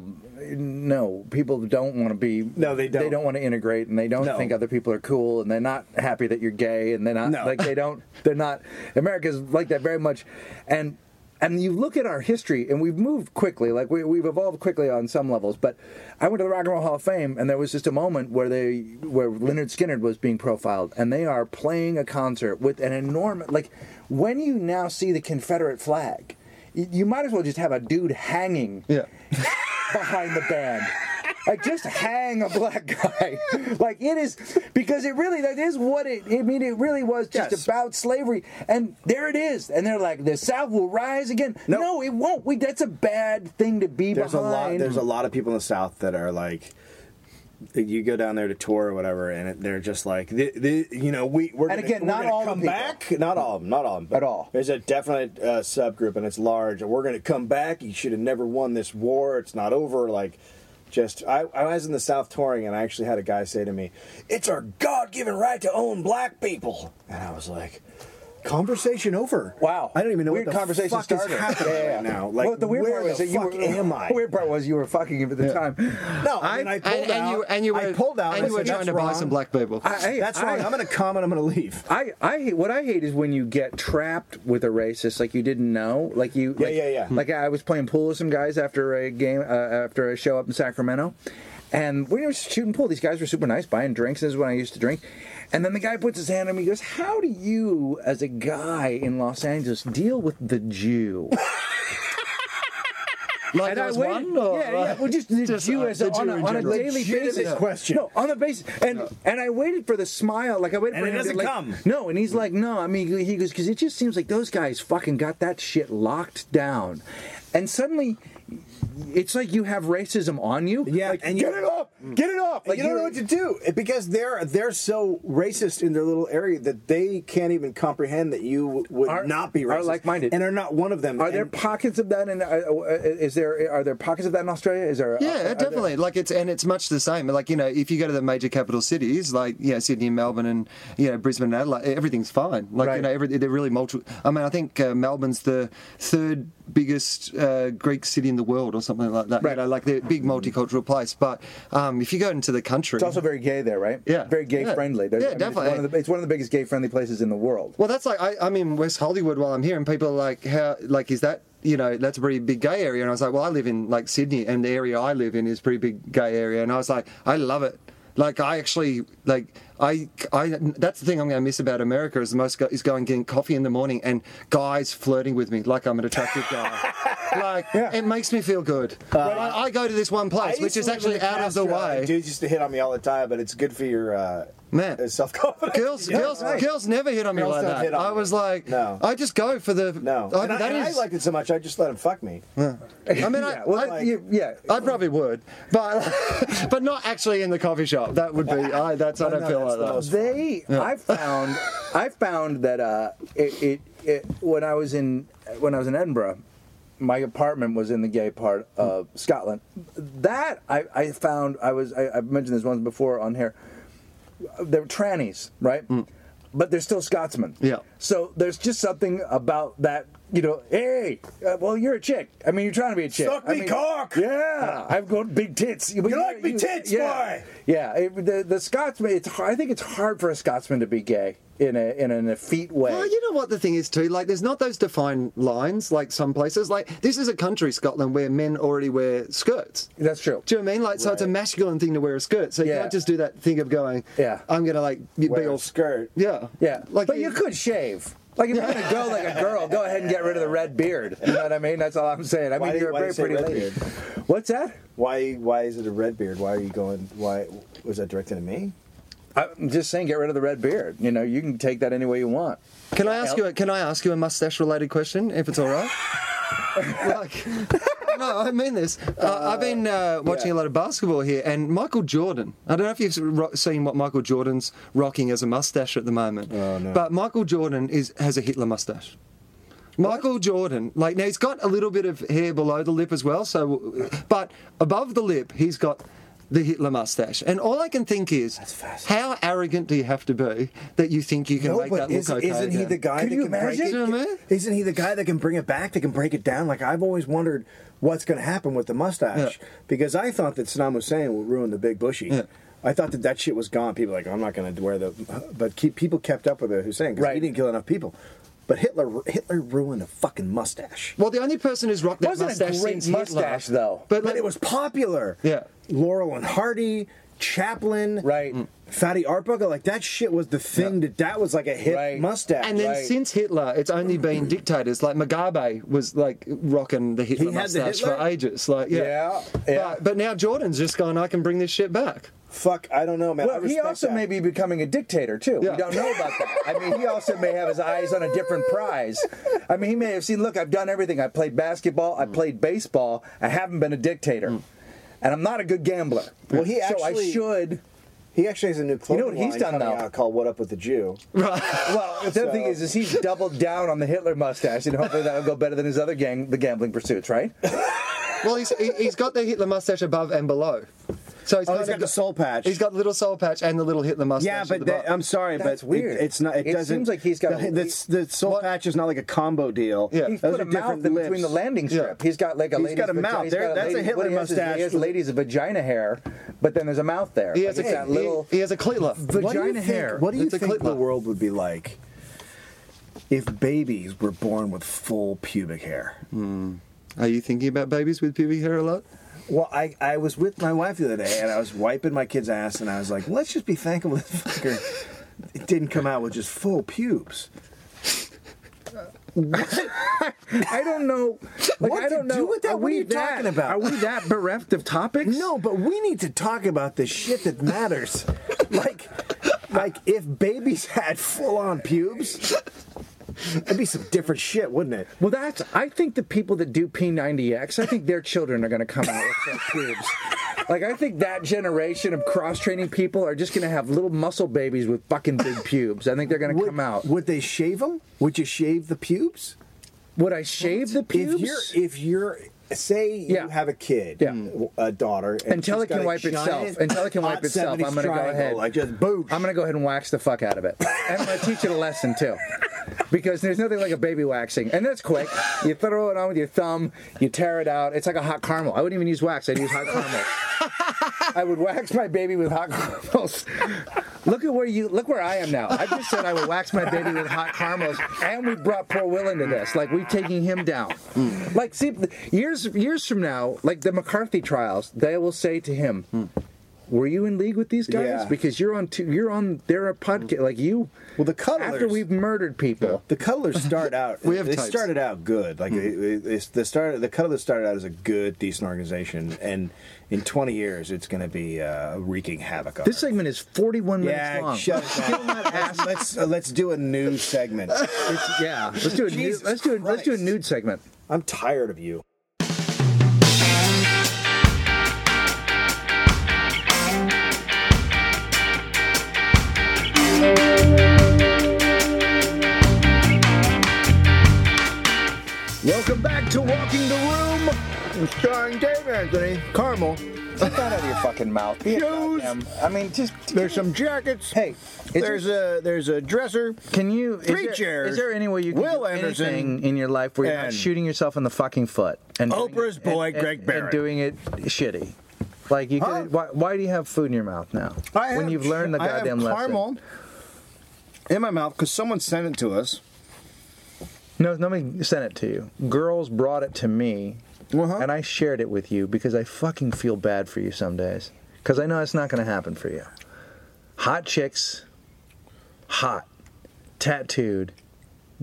Speaker 2: no, people don't want to be.
Speaker 1: No, they don't.
Speaker 2: They don't want to integrate, and they don't
Speaker 1: No.
Speaker 2: think other people are cool, and they're not happy that you're gay, and they're not
Speaker 1: No.
Speaker 2: like (laughs) they don't. They're not. America's like that very much, and. And you look at our history, and we've moved quickly. Like we, we've evolved quickly on some levels. But I went to the Rock and Roll Hall of Fame, and there was just a moment where they, where Leonard Skinner was being profiled, and they are playing a concert with an enormous. Like when you now see the Confederate flag, y- you might as well just have a dude hanging
Speaker 3: Yeah.
Speaker 2: behind the band. Like just hang a black guy. (laughs) Like it is because it really that is what it I mean it really was just
Speaker 1: Yes.
Speaker 2: about slavery and there it is. And they're like the South will rise again.
Speaker 1: No.
Speaker 2: No, it won't. We that's a bad thing to be
Speaker 1: There's a
Speaker 2: behind.
Speaker 1: lot. There's a lot of people in the South that are like, you go down there to tour or whatever, and it, they're just like, the, the, you know, we we're
Speaker 2: And
Speaker 1: gonna-
Speaker 2: again,
Speaker 1: we're
Speaker 2: not
Speaker 1: gonna
Speaker 2: all the
Speaker 1: come
Speaker 2: people.
Speaker 1: back. Not all of them. Not all of them.
Speaker 2: At all.
Speaker 1: There's a definite uh, subgroup, and it's large. And we're gonna come back. You should have never won this war. It's not over. Like. Just I, I was in the South touring and I actually had a guy say to me, "It's our God-given right to own black people," and I was like, "Conversation over."
Speaker 2: Wow.
Speaker 1: I don't even know
Speaker 2: weird
Speaker 1: what the
Speaker 2: conversation
Speaker 1: fuck
Speaker 2: started.
Speaker 1: is happening
Speaker 2: Yeah, yeah.
Speaker 1: right now. Like,
Speaker 2: well, the weird
Speaker 1: where
Speaker 2: part
Speaker 1: the
Speaker 2: was that you
Speaker 1: fuck
Speaker 2: were,
Speaker 1: am I?
Speaker 2: The (laughs) weird part was you were fucking him at the time.
Speaker 1: No, I, mean, I pulled
Speaker 3: And, and
Speaker 1: out.
Speaker 3: you and you were
Speaker 1: I pulled out.
Speaker 3: and
Speaker 1: I
Speaker 3: you were
Speaker 1: said,
Speaker 3: trying
Speaker 1: "That's
Speaker 3: to buy
Speaker 1: wrong.
Speaker 3: some black people.
Speaker 2: I- hey,
Speaker 1: That's wrong.
Speaker 2: I-
Speaker 1: I, am going to come and I'm going to leave.
Speaker 2: I, I hate what I hate is when you get trapped with a racist like you didn't know like you
Speaker 1: Yeah,
Speaker 2: like,
Speaker 1: yeah, yeah.
Speaker 2: like I was playing pool with some guys after a game uh, after a show up in Sacramento and we were shooting pool these guys were super nice buying drinks this is when I used to drink and then the guy puts his hand on me he goes how do you as a guy in Los Angeles deal with the Jew
Speaker 3: like there was
Speaker 2: waited-
Speaker 3: one. Or,
Speaker 2: yeah, yeah. Well, just the
Speaker 3: (laughs) Just,
Speaker 2: Jew
Speaker 3: uh,
Speaker 2: as
Speaker 3: the
Speaker 2: a- on,
Speaker 3: Jew
Speaker 2: a,
Speaker 3: in
Speaker 2: on a
Speaker 3: general.
Speaker 2: daily
Speaker 1: Legitimate
Speaker 2: basis.
Speaker 1: question.
Speaker 2: No, on the basis, and and I waited for the smile. Like I waited
Speaker 1: And
Speaker 2: for
Speaker 1: it
Speaker 2: him
Speaker 1: doesn't
Speaker 2: to, like,
Speaker 1: come.
Speaker 2: No, and he's like, no. I mean, he goes because it just seems like those guys fucking got that shit locked down, and suddenly. It's like you have racism on you.
Speaker 1: Yeah,
Speaker 2: Like,
Speaker 1: and you-
Speaker 2: get it off, get it off.
Speaker 1: you don't know what to do because they're they're so racist in their little area that they can't even comprehend that you would
Speaker 2: Are-
Speaker 1: not be
Speaker 2: are
Speaker 1: racist.
Speaker 2: like-minded.
Speaker 1: and are not one of them.
Speaker 2: Are there
Speaker 1: And-
Speaker 2: pockets of that? In uh, uh, is there are there pockets of that in Australia? Is there? uh,
Speaker 3: Yeah,
Speaker 2: are there-
Speaker 3: definitely. Like it's and it's much the same. Like you know, if you go to the major capital cities, like you know, Sydney, and Melbourne, and you know, Brisbane and Adelaide, everything's fine. Like
Speaker 2: Right.
Speaker 3: you know, every, they're really multi. I mean, I think uh, Melbourne's the third biggest uh, Greek city in the world, or something like that.
Speaker 2: Right.
Speaker 3: You know, like they're a big multicultural place. But um, if you go into the country,
Speaker 2: It's also very gay there, right?
Speaker 3: Yeah.
Speaker 2: very gay
Speaker 3: Yeah.
Speaker 2: friendly. There's-
Speaker 3: Yeah,
Speaker 2: I mean,
Speaker 3: definitely.
Speaker 2: It's one, of the, it's one of the biggest gay friendly places in the world.
Speaker 3: Well, that's like I, I'm in West Hollywood while I'm here, and people are like, "How like is that?" You know, that's a pretty big gay area, and I was like, "Well, I live in like Sydney, and the area I live in is pretty big gay area," and I was like, "I love it." Like I actually like I I that's the thing I'm going to miss about America is the most go- is going getting coffee in the morning and guys flirting with me like I'm an attractive
Speaker 1: (laughs)
Speaker 3: guy. like it makes me feel good. I, I go to this one place
Speaker 1: Uh, I used
Speaker 3: which
Speaker 1: to
Speaker 3: is
Speaker 1: live in
Speaker 3: actually
Speaker 1: the
Speaker 3: out of the
Speaker 1: Castro,
Speaker 3: way.
Speaker 1: and Dudes used to hit on me all the time, but it's good for your uh,
Speaker 3: Man.
Speaker 1: self confidence.
Speaker 3: Girls, girls, girls never hit on me
Speaker 1: Girls
Speaker 3: like
Speaker 1: don't hit
Speaker 3: that.
Speaker 1: on
Speaker 3: I
Speaker 1: you.
Speaker 3: was like,
Speaker 1: No.
Speaker 3: I just go for the.
Speaker 1: No,
Speaker 3: I,
Speaker 1: and, I,
Speaker 3: Uh, that
Speaker 1: and I
Speaker 3: is-
Speaker 1: liked it so much, I just let him fuck me.
Speaker 3: I
Speaker 1: (laughs)
Speaker 3: mean, I,
Speaker 2: yeah, well,
Speaker 3: I,
Speaker 2: that- you- yeah.
Speaker 3: I probably would, but (laughs) but not actually in the coffee shop. That would be. I, that's. I don't
Speaker 1: no,
Speaker 3: feel
Speaker 1: that's
Speaker 3: like
Speaker 1: the most-
Speaker 3: that.
Speaker 2: They, I found, I found that uh, it, it, it, when I was in, when I was in Edinburgh, my apartment was in the gay part of Scotland. That I, I found, I was, I, I've mentioned this once before on here. They're trannies, right? But they're still Scotsmen.
Speaker 3: Yeah.
Speaker 2: So there's just something about that. You know, hey, uh, well, you're a chick. I mean, you're trying to be a chick.
Speaker 1: Suck
Speaker 2: I
Speaker 1: me
Speaker 2: mean,
Speaker 1: cock!
Speaker 2: Yeah, I've got big tits. But
Speaker 1: You like me tits, boy!
Speaker 2: yeah, it, the the Scotsman. It's hard, I think it's hard for a Scotsman to be gay in a in an effete way.
Speaker 3: Well, you know what the thing is too. Like, there's not those defined lines like some places. Like, this is a country, Scotland, where men already wear skirts.
Speaker 2: That's true.
Speaker 3: Do you know what I mean? Like, so it's a
Speaker 1: Right.
Speaker 3: masculine thing to wear a skirt. So you
Speaker 2: Yeah.
Speaker 3: can't just do that thing of going.
Speaker 2: Yeah.
Speaker 3: I'm gonna like be
Speaker 1: Wear
Speaker 3: all
Speaker 1: a skirt.
Speaker 3: Yeah.
Speaker 2: Yeah,
Speaker 3: Like,
Speaker 2: but you, could shave. Like if you're gonna go like a girl, go ahead and get rid of the red beard. You know what I mean? That's all I'm saying. I
Speaker 1: Why
Speaker 2: mean,
Speaker 1: do-
Speaker 2: you're a
Speaker 1: why do you
Speaker 2: very
Speaker 1: say
Speaker 2: pretty
Speaker 1: red
Speaker 2: lady.
Speaker 1: beard?
Speaker 2: What's that?
Speaker 1: Why? Why is it a red beard? Why are you going? Why was that directed at me?
Speaker 2: I'm just saying, get rid of the red beard. You know, you can take that any way you want.
Speaker 3: Can I ask you? A, can I ask you a mustache-related question, if it's all
Speaker 1: (laughs)
Speaker 3: right? like, no, I mean this. Uh, I've been uh, watching a lot of basketball here, and Michael Jordan. I don't know if you've ro- seen what Michael Jordan's rocking as a mustache at the moment.
Speaker 1: Oh, no.
Speaker 3: But Michael Jordan is has a Hitler mustache. Michael Jordan, like now he's got a little bit of hair below the lip as well, so but above the lip he's got the Hitler mustache, and all I can think is, how arrogant do you have to be that you think you can
Speaker 1: No,
Speaker 3: make that
Speaker 1: but
Speaker 3: look
Speaker 1: is,
Speaker 3: okay?
Speaker 1: isn't he
Speaker 3: again?
Speaker 1: the guy
Speaker 2: Can
Speaker 1: that
Speaker 2: you
Speaker 1: can break
Speaker 2: imagine?
Speaker 1: it?
Speaker 3: You know what I mean?
Speaker 1: Isn't he the guy that can bring it back, that can break it down? Like I've always wondered what's going to happen with the mustache
Speaker 3: Yeah.
Speaker 1: because I thought that Saddam Hussein would ruin the big bushy.
Speaker 3: Yeah.
Speaker 1: I thought that that shit was gone. People were like I'm not going to wear the, but keep, people kept up with the Hussein because he
Speaker 2: Right.
Speaker 1: didn't kill enough people. But Hitler, Hitler ruined the fucking mustache.
Speaker 3: Well, the only person who's rocked that
Speaker 2: Wasn't a
Speaker 3: mustache
Speaker 2: great
Speaker 3: since Hitler-
Speaker 2: mustache, though.
Speaker 1: But,
Speaker 3: like,
Speaker 1: it was popular.
Speaker 3: Yeah.
Speaker 1: Laurel and Hardy, Chaplin,
Speaker 2: Right. Mm.
Speaker 1: Fatty Arbuckle, like that shit was the thing that that was like a hip
Speaker 2: Right.
Speaker 1: mustache.
Speaker 3: And then
Speaker 2: Right.
Speaker 3: since Hitler, it's
Speaker 1: (clears throat)
Speaker 3: only been dictators. Like Mugabe was like rocking the Hitler
Speaker 1: He had the
Speaker 3: mustache for
Speaker 1: Hitler?
Speaker 3: ages. Like yeah,
Speaker 2: Yeah, yeah.
Speaker 3: But, but now Jordan's just gone. I can bring this shit back.
Speaker 1: Fuck, I don't know, man. I
Speaker 2: Well, he
Speaker 1: respect
Speaker 2: also
Speaker 1: that.
Speaker 2: may be becoming a dictator too.
Speaker 3: Yeah.
Speaker 2: We don't know about that. I mean, he also may have his eyes on a different prize. I mean, he may have seen, look, I've done everything. I played basketball.
Speaker 1: Hmm.
Speaker 2: I played baseball. I haven't been a dictator, and I'm not a good gambler.
Speaker 1: Well, he
Speaker 2: so I
Speaker 1: actually-
Speaker 2: should.
Speaker 1: He actually has a new clothing
Speaker 2: know what he's
Speaker 1: line
Speaker 2: done
Speaker 1: coming
Speaker 2: now?
Speaker 1: out called "What Up with the Jew."
Speaker 2: Well, the other thing is, is he's doubled down on the Hitler mustache, and hopefully that'll go better than his other gang, the gambling pursuits, right?
Speaker 3: Well, he's he- he's got the Hitler mustache above and below. So he's,
Speaker 1: Oh,
Speaker 3: kind
Speaker 1: he's
Speaker 3: of
Speaker 1: got the soul patch.
Speaker 3: He's got the little soul patch and the little Hitler mustache.
Speaker 1: yeah,
Speaker 3: at
Speaker 1: but
Speaker 3: the
Speaker 1: that, um,
Speaker 3: bottom.
Speaker 1: I'm sorry,
Speaker 2: That's
Speaker 1: but
Speaker 2: weird.
Speaker 1: It, it's not. It,
Speaker 2: It
Speaker 1: doesn't.
Speaker 2: seems like he's got
Speaker 1: the,
Speaker 2: a-
Speaker 1: the, the soul
Speaker 3: What?
Speaker 1: patch is not like a combo deal.
Speaker 3: Yeah.
Speaker 2: He's
Speaker 1: Those
Speaker 2: put
Speaker 1: are
Speaker 2: a mouth
Speaker 1: different
Speaker 2: in
Speaker 1: lips.
Speaker 2: between the landing strip. He's got like a
Speaker 1: He's
Speaker 2: lady's
Speaker 1: got a
Speaker 2: vagina-
Speaker 1: mouth.
Speaker 2: he's
Speaker 1: There-
Speaker 2: got
Speaker 1: that's a
Speaker 2: lady-
Speaker 1: Hitler
Speaker 2: what he has is
Speaker 1: mustache
Speaker 2: He has
Speaker 1: with-
Speaker 2: ladies' vagina hair, but then therere's a mouth there.
Speaker 3: he
Speaker 2: Like,
Speaker 3: has
Speaker 2: it's
Speaker 3: a
Speaker 2: that little.
Speaker 3: he, he has
Speaker 1: (laughs)
Speaker 3: a cleaver.
Speaker 2: Vagina
Speaker 1: what do you
Speaker 2: hair.
Speaker 1: Think, what do you
Speaker 3: It's a
Speaker 1: think
Speaker 3: clit
Speaker 1: the
Speaker 3: lock.
Speaker 1: world would be like if babies were born with full pubic hair?
Speaker 3: Are you thinking about babies with pubic hair a lot?
Speaker 1: Well, I, I was with my wife the other day, and I was wiping my kid's ass, and I was like, let's just be thankful this fucker it didn't come out with just full pubes.
Speaker 2: I don't know. Like,
Speaker 1: What
Speaker 2: I
Speaker 1: to
Speaker 2: don't know.
Speaker 1: do with that?
Speaker 2: Are
Speaker 1: What are
Speaker 2: we
Speaker 1: you
Speaker 2: that-
Speaker 1: talking about?
Speaker 2: Are we that bereft of topics?
Speaker 1: No, but we need to talk about the shit that matters. like, like if babies had full-on pubes, it'd be some different shit, wouldn't it?
Speaker 2: Well, that's. I think the people that do P90X, I think their children are going to come out with
Speaker 1: (laughs)
Speaker 2: their pubes. Like, I think that generation of cross training people are just going to have little muscle babies with fucking big pubes. I think they're going to
Speaker 1: Would,
Speaker 2: come out.
Speaker 1: Would they shave them? Would you shave the pubes?
Speaker 2: Would I shave the pubes?
Speaker 1: If you're, if you're, say you
Speaker 2: Yeah.
Speaker 1: have a kid,
Speaker 2: Yeah.
Speaker 1: a daughter, and
Speaker 2: Until
Speaker 1: she's
Speaker 2: it can
Speaker 1: got a
Speaker 2: wipe itself.
Speaker 1: giant
Speaker 2: Until it can wipe
Speaker 1: hot
Speaker 2: itself,
Speaker 1: 70s
Speaker 2: I'm gonna go
Speaker 1: triangle,
Speaker 2: ahead.
Speaker 1: Like just boom.
Speaker 2: I'm gonna go ahead and wax the fuck out of it. And I'm gonna teach it a lesson too. Because there's nothing like a baby waxing. And that's quick. You throw it on with your thumb, you tear it out. It's like a hot caramel. I wouldn't even use wax, I'd use hot caramel. I would wax my baby with hot caramels. Look at where you look where I am now. I just said I would wax my baby with hot caramels, and we brought poor Will into this. Like we're taking him down.
Speaker 1: Hmm.
Speaker 2: Like see, years years from now, like the McCarthy trials, they will say to him, "Were you in league with these guys?
Speaker 1: Hmm. Yeah. Hmm.
Speaker 2: Because you're on two, you're on they're a podcast like you.
Speaker 1: Well, the cuddlers-
Speaker 2: after we've murdered people.
Speaker 1: The cuddlers start
Speaker 2: (laughs)
Speaker 1: out.
Speaker 3: We have
Speaker 1: they
Speaker 3: types.
Speaker 1: started out good. Like
Speaker 2: Mm-hmm.
Speaker 1: they, they, they started, the cuddlers started out as a good, decent organization, and in 20 years, it's going to be uh, wreaking havoc on.
Speaker 2: This
Speaker 1: us.
Speaker 2: segment is 41
Speaker 1: yeah,
Speaker 2: minutes long. (laughs)
Speaker 1: shut it down. let's let's, uh, let's do a new segment.
Speaker 2: It's- yeah, let's do a nude,
Speaker 1: Jesus
Speaker 2: let's do a, let's do a
Speaker 1: Christ.
Speaker 2: nude segment.
Speaker 1: I'm tired of you.
Speaker 2: Welcome back to Walking the Room.
Speaker 1: Starring Dave Anthony, Carmel.
Speaker 2: Get that out of your fucking mouth. Be a
Speaker 1: Shoes.
Speaker 2: goddamn- I mean, just
Speaker 1: There's some jackets.
Speaker 2: Hey, is
Speaker 1: there's a there's a dresser.
Speaker 2: Can you is
Speaker 1: Three
Speaker 2: there-
Speaker 1: chairs.
Speaker 2: Is there any way you can
Speaker 1: Will
Speaker 2: do
Speaker 1: Anderson
Speaker 2: anything in your life where you're not
Speaker 1: and-
Speaker 2: shooting yourself in the fucking foot and doing
Speaker 1: Oprah's
Speaker 2: it-
Speaker 1: boy,
Speaker 2: and,
Speaker 1: Greg
Speaker 2: and, and
Speaker 1: Barrett.
Speaker 2: doing it shitty? Like you,
Speaker 1: Huh?
Speaker 2: could, why, why do you have food in your mouth now?
Speaker 1: I
Speaker 2: when
Speaker 1: have-
Speaker 2: you've learned the
Speaker 1: I have
Speaker 2: goddamn
Speaker 1: caramel
Speaker 2: lesson.
Speaker 1: in my mouth because someone sent it to us.
Speaker 2: No, nobody sent it to you. Girls brought it to me,
Speaker 1: Uh-huh.
Speaker 2: and I shared it with you because I fucking feel bad for you some days because I know it's not going to happen for you. Hot chicks, hot, tattooed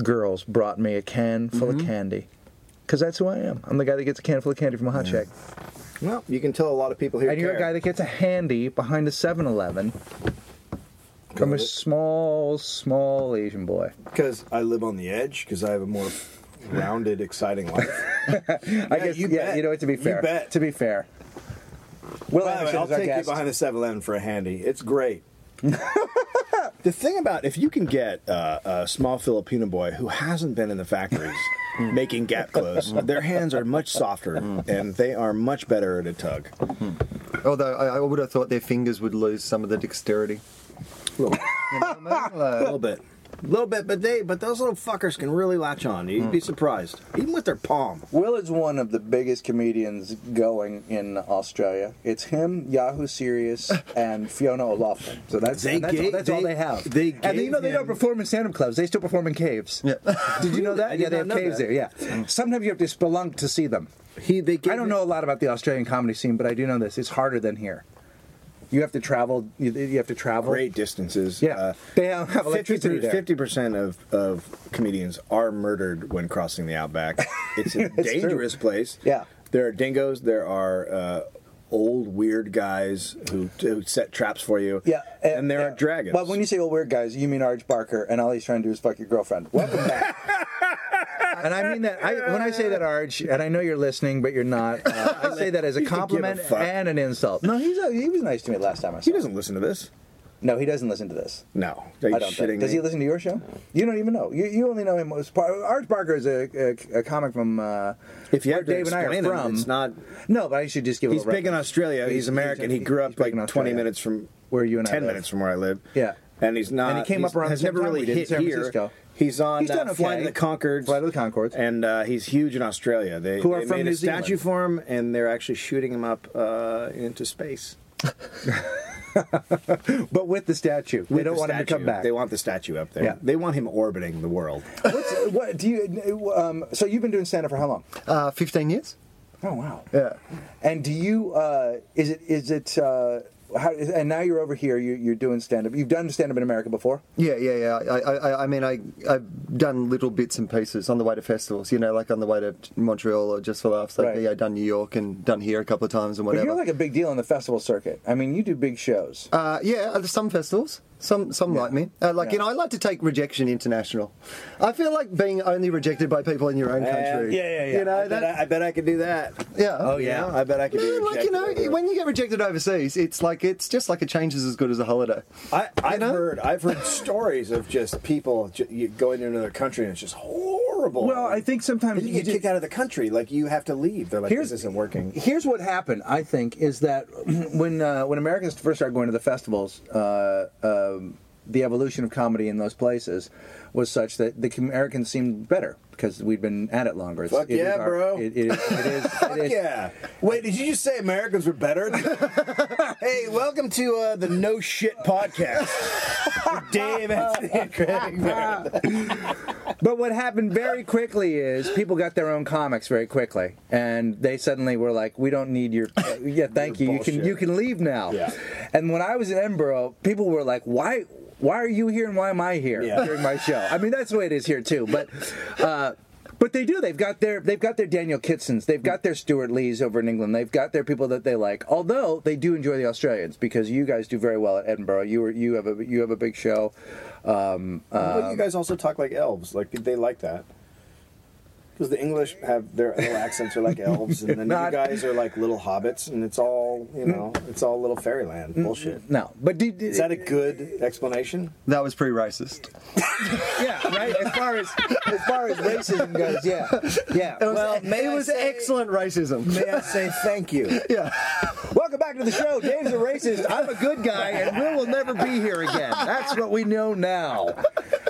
Speaker 2: girls brought me a can full
Speaker 1: Mm-hmm.
Speaker 2: of candy. Because that's who I am. I'm the guy that gets a can full of candy from a hot chick.
Speaker 1: Well, you can tell a lot of people here.
Speaker 2: And you're a
Speaker 1: care.
Speaker 2: guy that gets a handy behind a 7 Eleven from a small, small Asian boy.
Speaker 1: Because I live on the edge, because I have a more rounded, exciting (laughs) life.
Speaker 2: I
Speaker 1: Yeah,
Speaker 2: guess,
Speaker 1: you
Speaker 2: yeah,
Speaker 1: bet.
Speaker 2: you know what, to be
Speaker 1: You
Speaker 2: fair.
Speaker 1: bet.
Speaker 2: To be fair. Will
Speaker 1: By the way,
Speaker 2: Anderson
Speaker 1: I'll
Speaker 2: is our
Speaker 1: take
Speaker 2: guest.
Speaker 1: you behind the 7 Eleven for a handy. It's great. (laughs) the thing about if you can get uh, a small Filipino boy who hasn't been in the (laughs) factories making gap clothes, their hands are much softer and they are much better at a tug.
Speaker 3: Although I, I would have thought their fingers would lose some of the dexterity. You know what I mean?
Speaker 1: A
Speaker 3: Like-
Speaker 1: little bit. A little bit, but they, but those little fuckers can really latch on. You'd be surprised, even with their palm.
Speaker 2: Will is one of the biggest comedians going in Australia. It's him, Yahoo Serious, and Fiona O'Loughlin. So that's
Speaker 1: They
Speaker 2: and that's,
Speaker 1: gave-
Speaker 2: all, that's all
Speaker 1: they-
Speaker 2: they have.
Speaker 1: they
Speaker 2: and you know
Speaker 1: gave
Speaker 2: they don't
Speaker 1: him-
Speaker 2: perform in stand-up clubs. They still perform in caves. Yeah. (laughs) Did you
Speaker 1: (laughs)
Speaker 2: know
Speaker 1: I
Speaker 2: that?
Speaker 1: did
Speaker 2: Yeah, they have
Speaker 1: not know
Speaker 2: caves
Speaker 1: that.
Speaker 2: there. Yeah. Sometimes you have to spelunk to see them.
Speaker 1: He, they. Gave
Speaker 2: I don't
Speaker 1: him-
Speaker 2: know a lot about the Australian comedy scene, but I do know this. It's harder than here. You have to travel. You, you have to travel.
Speaker 1: Great distances.
Speaker 2: Yeah.
Speaker 1: Uh,
Speaker 2: they don't have electricity there.
Speaker 1: 50 percent of, of comedians are murdered when crossing the
Speaker 2: (laughs)
Speaker 1: outback. It's a dangerous place.
Speaker 2: Yeah.
Speaker 1: there are dingoes. There are uh, old weird guys who, who set traps for you.
Speaker 2: Yeah,
Speaker 1: and, there are
Speaker 2: yeah.
Speaker 1: dragons.
Speaker 2: But when you say old weird guys, you mean Arch Barker, and all he's trying to do is fuck your girlfriend. Welcome (laughs) back. and I mean that I, when I say that, Arch, and I know you're listening, but you're not. (laughs) Uh, I say that as a
Speaker 1: He doesn't give a
Speaker 2: compliment
Speaker 1: fuck.
Speaker 2: and an insult. No, he's a, he was nice to me last time I saw.
Speaker 1: he
Speaker 2: him.
Speaker 1: doesn't listen to this.
Speaker 2: No, he doesn't listen to this.
Speaker 1: No, are you
Speaker 2: I don't
Speaker 1: shitting
Speaker 2: think. Does
Speaker 1: me?
Speaker 2: he listen to your show? You don't even know. You, you only know him as part. Arch Barker is a, a, a comic from. Uh,
Speaker 1: If you
Speaker 2: where
Speaker 1: have to
Speaker 2: Dave and I are
Speaker 1: explain him,
Speaker 2: from.
Speaker 1: it's not.
Speaker 2: No, but I should just give. a
Speaker 1: He's
Speaker 2: little
Speaker 1: big in
Speaker 2: reference.
Speaker 1: Australia. He's,
Speaker 2: he's-
Speaker 1: American. he
Speaker 2: he's-
Speaker 1: grew
Speaker 2: he's
Speaker 1: up
Speaker 2: big
Speaker 1: like
Speaker 2: in
Speaker 1: 20
Speaker 2: Australia.
Speaker 1: minutes from
Speaker 2: Where you and I
Speaker 1: 10
Speaker 2: live.
Speaker 1: minutes from where I live.
Speaker 2: Yeah.
Speaker 1: And he's not.
Speaker 2: And he came
Speaker 1: he's-
Speaker 2: up around the
Speaker 1: Has
Speaker 2: same
Speaker 1: never
Speaker 2: time
Speaker 1: really
Speaker 2: we did in
Speaker 1: hit
Speaker 2: San
Speaker 1: here.
Speaker 2: Francisco.
Speaker 1: He's on
Speaker 2: He's done
Speaker 1: uh, Flight
Speaker 2: okay.
Speaker 1: of the Concords.
Speaker 2: Flight of the Concords.
Speaker 1: And uh, he's huge in Australia. They,
Speaker 2: Who are
Speaker 1: they
Speaker 2: from
Speaker 1: made
Speaker 2: New
Speaker 1: a statue
Speaker 2: Zealand.
Speaker 1: for him, and they're actually shooting him up uh, into space.
Speaker 2: but with the statue, they
Speaker 1: With
Speaker 2: don't
Speaker 1: the
Speaker 2: want him to
Speaker 1: statue.
Speaker 2: come back.
Speaker 1: They want the statue up there.
Speaker 2: Yeah.
Speaker 1: They want him orbiting the world.
Speaker 2: What's, what do you? Um, so you've been doing stand up for how long?
Speaker 3: Uh, 15 years?
Speaker 2: Oh wow.
Speaker 3: Yeah.
Speaker 2: And do you? Uh, is it? Is it? Uh, how, is- and now you're over here. You, you're doing stand up. You've done stand up in America before.
Speaker 3: Yeah, yeah, yeah. I, I, I- I mean, I, I've done little bits and pieces on the way to festivals, you know, like on the way to Montreal or just for laughs. Like,
Speaker 2: Right.
Speaker 3: yeah, done New York and done here a couple of times and
Speaker 2: But
Speaker 3: whatever.
Speaker 2: you're like a big deal on the festival circuit. I mean, you do big shows.
Speaker 3: Uh, yeah, uh, some festivals. Some some like me. Uh, like you
Speaker 2: Yeah.
Speaker 3: know, I like to take rejection international. I feel like being only rejected by people in your own
Speaker 1: Uh,
Speaker 3: country. You know
Speaker 1: I,
Speaker 3: that.
Speaker 1: bet I, I bet I could do that.
Speaker 3: yeah.
Speaker 2: Oh, yeah.
Speaker 1: I bet I could.
Speaker 3: Man,
Speaker 1: be
Speaker 3: like you know,
Speaker 1: rejected.
Speaker 3: when you get rejected overseas, it's like it's just like a change is as good as a holiday.
Speaker 1: I, I've
Speaker 3: know?
Speaker 1: heard I've
Speaker 2: (laughs)
Speaker 1: heard stories of just people ju- you go into another country and it's just horrible.
Speaker 2: Well, I think sometimes
Speaker 1: And you
Speaker 2: you
Speaker 1: get
Speaker 2: just-
Speaker 1: kicked out of the country, like you have to leave. They're like,
Speaker 2: Here's-
Speaker 1: "This isn't working."
Speaker 2: Here's what happened. I think is that (clears throat) when uh, when Americans first started going to the festivals, uh, um, the evolution of comedy in those places was such that the Americans seemed better because we'd been at it longer. It's,
Speaker 1: Fuck
Speaker 2: it is
Speaker 1: yeah,
Speaker 2: our-
Speaker 1: bro.
Speaker 2: It, it is. It
Speaker 1: (laughs)
Speaker 2: is,
Speaker 1: Fuck
Speaker 2: it is-
Speaker 1: yeah! Wait, did you just say Americans were
Speaker 2: (laughs)
Speaker 1: better? hey, welcome to uh, the No Shit Podcast.
Speaker 2: (laughs)
Speaker 1: with Dave Anthony and Craig Barrett.
Speaker 2: But what happened very quickly is people got their own comics very quickly, and they suddenly were like, "We don't need your yeah, thank
Speaker 1: Your
Speaker 2: you. You can you
Speaker 1: bullshit.
Speaker 2: can leave now."
Speaker 1: Yeah.
Speaker 2: And when I was in Edinburgh, people were like, "Why why are you here and why am I here
Speaker 1: Yeah.
Speaker 2: during my show?" I mean, that's the way it is here too. But uh, but they do. They've got their they've got their Daniel Kitsons. They've got their Stuart Lees over in England. They've got their people that they like. Although they do enjoy the Australians because you guys do very well at Edinburgh. You are you have a you have a big show. Um,
Speaker 1: Well, you guys also talk like elves. Like they like that. Because the English have their little accents are
Speaker 2: (laughs)
Speaker 1: like elves, and then
Speaker 2: Not-
Speaker 1: you guys are like little hobbits, and it's all you know, it's all little fairyland
Speaker 2: Mm-hmm.
Speaker 1: bullshit.
Speaker 2: no, but do, do-
Speaker 1: Is that a good explanation?
Speaker 3: That was pretty racist.
Speaker 2: Yeah, right. As far as as far as racism goes, yeah, yeah.
Speaker 3: It was,
Speaker 2: well, may
Speaker 3: it
Speaker 2: I
Speaker 3: was
Speaker 2: say-
Speaker 3: excellent racism.
Speaker 1: May I say thank you?
Speaker 3: Yeah.
Speaker 2: Welcome back to the show. Dave's a racist. I'm a good guy, and Will will never be here again. That's what we know now.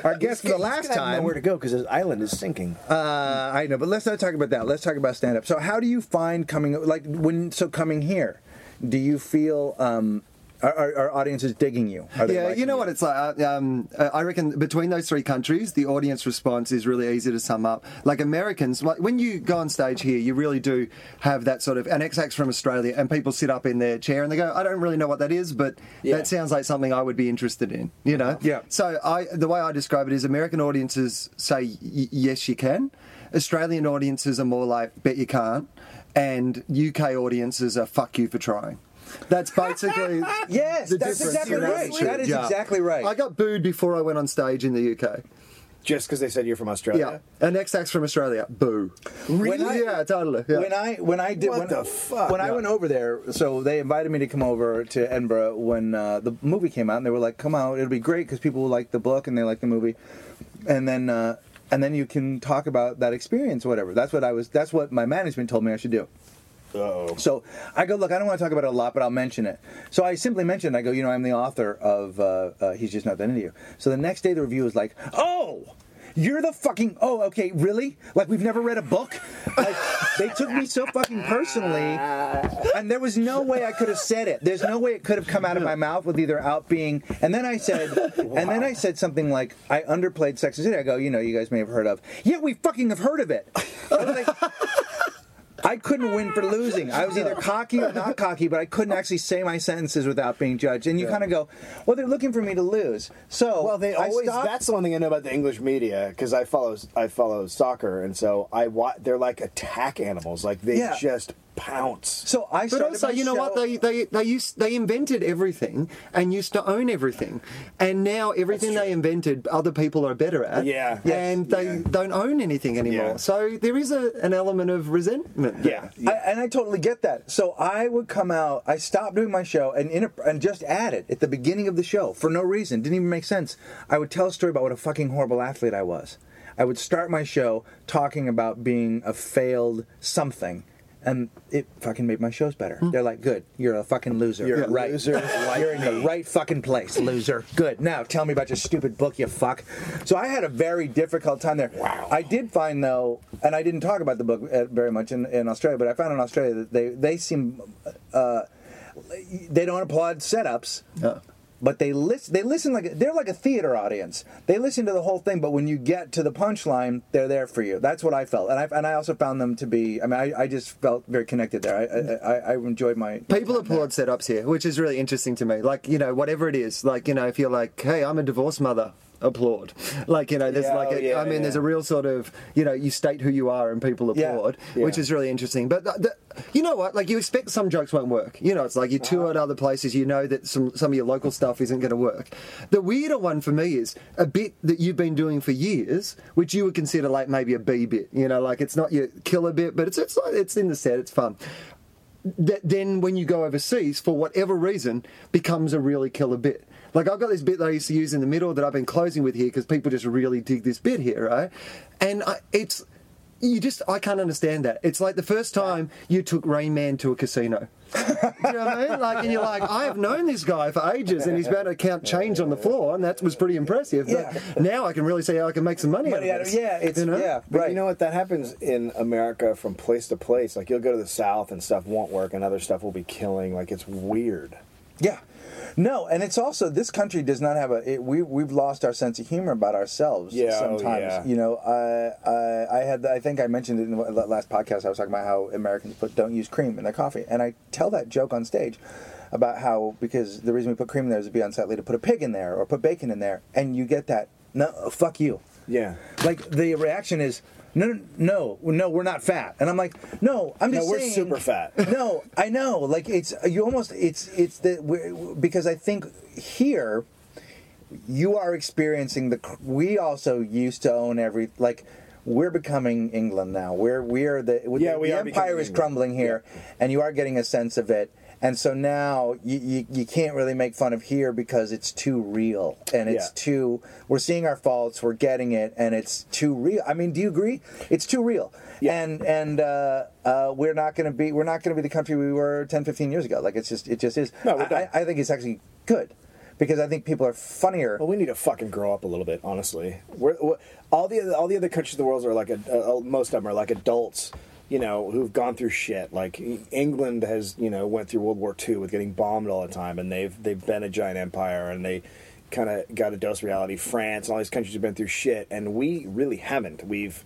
Speaker 2: Our guest for the last time.
Speaker 1: nowhere to go because his island is sinking.
Speaker 2: Uh, I know, but let's not talk about that. Let's talk about stand up. So, how do you find coming like when? So, coming here, do you feel? Um, are, are, are audiences digging you? Are they
Speaker 3: Yeah, you
Speaker 2: liking
Speaker 3: know what it's like. uh, Um, uh, I reckon between those three countries, the audience response is really easy to sum up. Like Americans, like when you go on stage here, you really do have that sort of an ex from Australia, and people sit up in their chair and they go, "I don't really know what that is, but
Speaker 1: Yeah.
Speaker 3: that sounds like something I would be interested in." You know?
Speaker 2: Yeah.
Speaker 3: So I, the way I describe it is, American audiences say, y- "Yes, you can." Australian audiences are more like, "Bet you can't," and UK audiences are, "Fuck you for trying." That's basically
Speaker 2: Yes, that's
Speaker 3: difference
Speaker 2: exactly
Speaker 3: in
Speaker 2: right.
Speaker 3: attitude,
Speaker 2: That is
Speaker 3: yeah.
Speaker 2: exactly right.
Speaker 3: I got booed before I went on stage in the UK.
Speaker 1: Just because they said you're from
Speaker 3: Yeah.
Speaker 1: Australia.
Speaker 3: And next act's from Australia. Boo.
Speaker 2: Really? I-
Speaker 3: yeah, totally. Yeah.
Speaker 2: When I when I did
Speaker 1: What
Speaker 2: when,
Speaker 1: the fuck?
Speaker 2: when I
Speaker 1: Yeah.
Speaker 2: went over there, so they invited me to come over to Edinburgh when uh, the movie came out, and they were like, "Come out, it'll be great because people will like the book and they like the movie," and then uh, and then you can talk about that experience, or whatever. That's what I was. That's what my management told me I should do.
Speaker 1: Oh.
Speaker 2: So I go, look, I don't want to talk about it a lot, but I'll mention it. So I simply mentioned, I go, you know, I'm the author of uh, uh, He's Just Not That Into You. So the next day the review is like, oh, you're the fucking, oh, okay, really? Like we've never read a book? Like they took me so fucking personally, and there was no way I could have said it. There's no way it could have come out of my mouth with either out being, and then I said, and then I said something like, I underplayed Sex and the City. I go, you know, you guys may have heard of. Yeah, we fucking have heard of it. I was like, I couldn't win for losing. I was either cocky or not cocky, but I
Speaker 3: Oh.
Speaker 2: couldn't actually say my sentences without being judged. And you kind of go, well, they're looking for me to lose. So
Speaker 1: Well, they
Speaker 2: I
Speaker 1: always.
Speaker 2: stopped-
Speaker 1: That's the one thing I know about the English media because I follow I follow soccer, and so I watch. They're like attack animals. Like they
Speaker 2: Yeah.
Speaker 1: just pounce.
Speaker 2: so I
Speaker 3: But
Speaker 2: started
Speaker 3: also,
Speaker 2: my
Speaker 3: you know what?
Speaker 2: show-
Speaker 3: They they they used they invented everything and used to own everything, and now everything they invented, other people are better at.
Speaker 1: Yeah. Yes.
Speaker 3: and they
Speaker 1: Yeah.
Speaker 3: don't own anything anymore.
Speaker 1: Yeah.
Speaker 3: So there is a, an element of resentment.
Speaker 1: Yeah.
Speaker 2: I, and I totally get that. So I would come out. I stopped doing my show and in and just added at the beginning of the show for no reason. Didn't even make sense. I would tell a story about what a fucking horrible athlete I was. I would start my show talking about being a failed something, and it fucking made my shows better. They're like, "Good, you're a fucking loser.
Speaker 1: Hmm. You're a
Speaker 2: right.
Speaker 1: loser like
Speaker 2: (laughs) you're in the right fucking place, loser. Good. Now tell me about your stupid book, you fuck." So I had a very difficult time there. Wow. I did find though, and I didn't talk about the book uh, very much in, in Australia, but I found in Australia that they they seem uh, they don't applaud setups. But they listen. They listen like they're like a theater audience. They listen to the whole thing, but when you get to the punchline, they're there for you. That's what I felt, and I and I also found them to be. I mean, I, I just felt very connected there. I I, I- I enjoyed my
Speaker 3: People applaud setups here, which is really interesting to me. Like, you know, whatever it is, like, you know, if you're like, hey, I'm a divorced mother, applaud. Like, you know, there's
Speaker 1: Yeah,
Speaker 3: like,
Speaker 1: oh,
Speaker 3: a I
Speaker 1: yeah,
Speaker 3: mean,
Speaker 1: yeah.
Speaker 3: there's a real sort of, you know, you state who you are and people
Speaker 2: Yeah,
Speaker 3: applaud,
Speaker 1: yeah.
Speaker 3: which is really interesting. But th th you know what? Like, you expect some jokes won't work. You know, it's like you
Speaker 1: Uh-huh.
Speaker 3: tour at other places, you know that some, some of your local stuff isn't going to work. The weirder one for me is a bit that you've been doing for years, which you would consider like maybe a B bit, you know, like it's not your killer bit, but it's, it's, like, it's in the set, it's fun that then when you go overseas for whatever reason becomes a really killer bit like i've got this bit that i used to use in the middle that i've been closing with here because people just really dig this bit here right and I, it's you just i can't understand that it's like the first time you took rain man to a casino Do you know what I mean? Like, and you're like, I have known this guy for ages, and he's about to count change on the floor, and that was pretty impressive. But
Speaker 2: Yeah.
Speaker 3: now I can really see how I can make some money,
Speaker 2: Money
Speaker 3: out
Speaker 2: out
Speaker 3: of
Speaker 2: of-
Speaker 3: this.
Speaker 2: yeah, it's- yeah.
Speaker 1: But
Speaker 2: Right.
Speaker 1: you know what? That happens in America from place to place. Like you'll go to the South and stuff won't work, and other stuff will be killing. Like it's weird.
Speaker 2: Yeah. No, and it's also this country does not have a it, we we've lost our sense of humor about ourselves.
Speaker 1: Yeah, oh,
Speaker 2: sometimes
Speaker 1: yeah.
Speaker 2: you know. I, I I had I think I mentioned it in the last podcast. I was talking about how Americans put don't use cream in their coffee, and I tell that joke on stage about how because the reason we put cream in there is it'd be unsightly to put a pig in there or put bacon in there, and you get that no fuck you
Speaker 1: Yeah.
Speaker 2: like the reaction is no no no we're not fat and i'm like no i'm
Speaker 1: No,
Speaker 2: just
Speaker 1: we're
Speaker 2: saying-
Speaker 1: super fat.
Speaker 2: (laughs) no i know like it's you almost it's it's the we're, because i think here you are experiencing the cr- we also used to own every like we're becoming England now. We're we're the
Speaker 1: Yeah,
Speaker 2: the,
Speaker 1: we
Speaker 2: the
Speaker 1: are
Speaker 2: empire
Speaker 1: becoming
Speaker 2: is
Speaker 1: England.
Speaker 2: crumbling here, and you are getting a sense of it. And so now you, you, you can't really make fun of here because it's too real and it's
Speaker 1: Yeah.
Speaker 2: too. We're seeing our faults, we're getting it, and it's too real. I mean, do you agree? It's too real,
Speaker 1: Yeah.
Speaker 2: and and uh, uh, we're not going to be we're not going to be the country we were 10, 15 years ago. Like it's just it just is.
Speaker 1: No, we're
Speaker 2: I,
Speaker 1: done.
Speaker 2: I, I think it's actually good because I think people are funnier.
Speaker 1: Well, we need to fucking grow up a little bit, honestly. We're, we all the other- all the other countries of the world are like a, uh, most of them are like adults, you know, who've gone through shit. Like England has, you know, went through World War II with getting bombed all the time, and they've they've been a giant empire, and they kind of got a dose of reality. France and all these countries have been through shit, and we really haven't. We've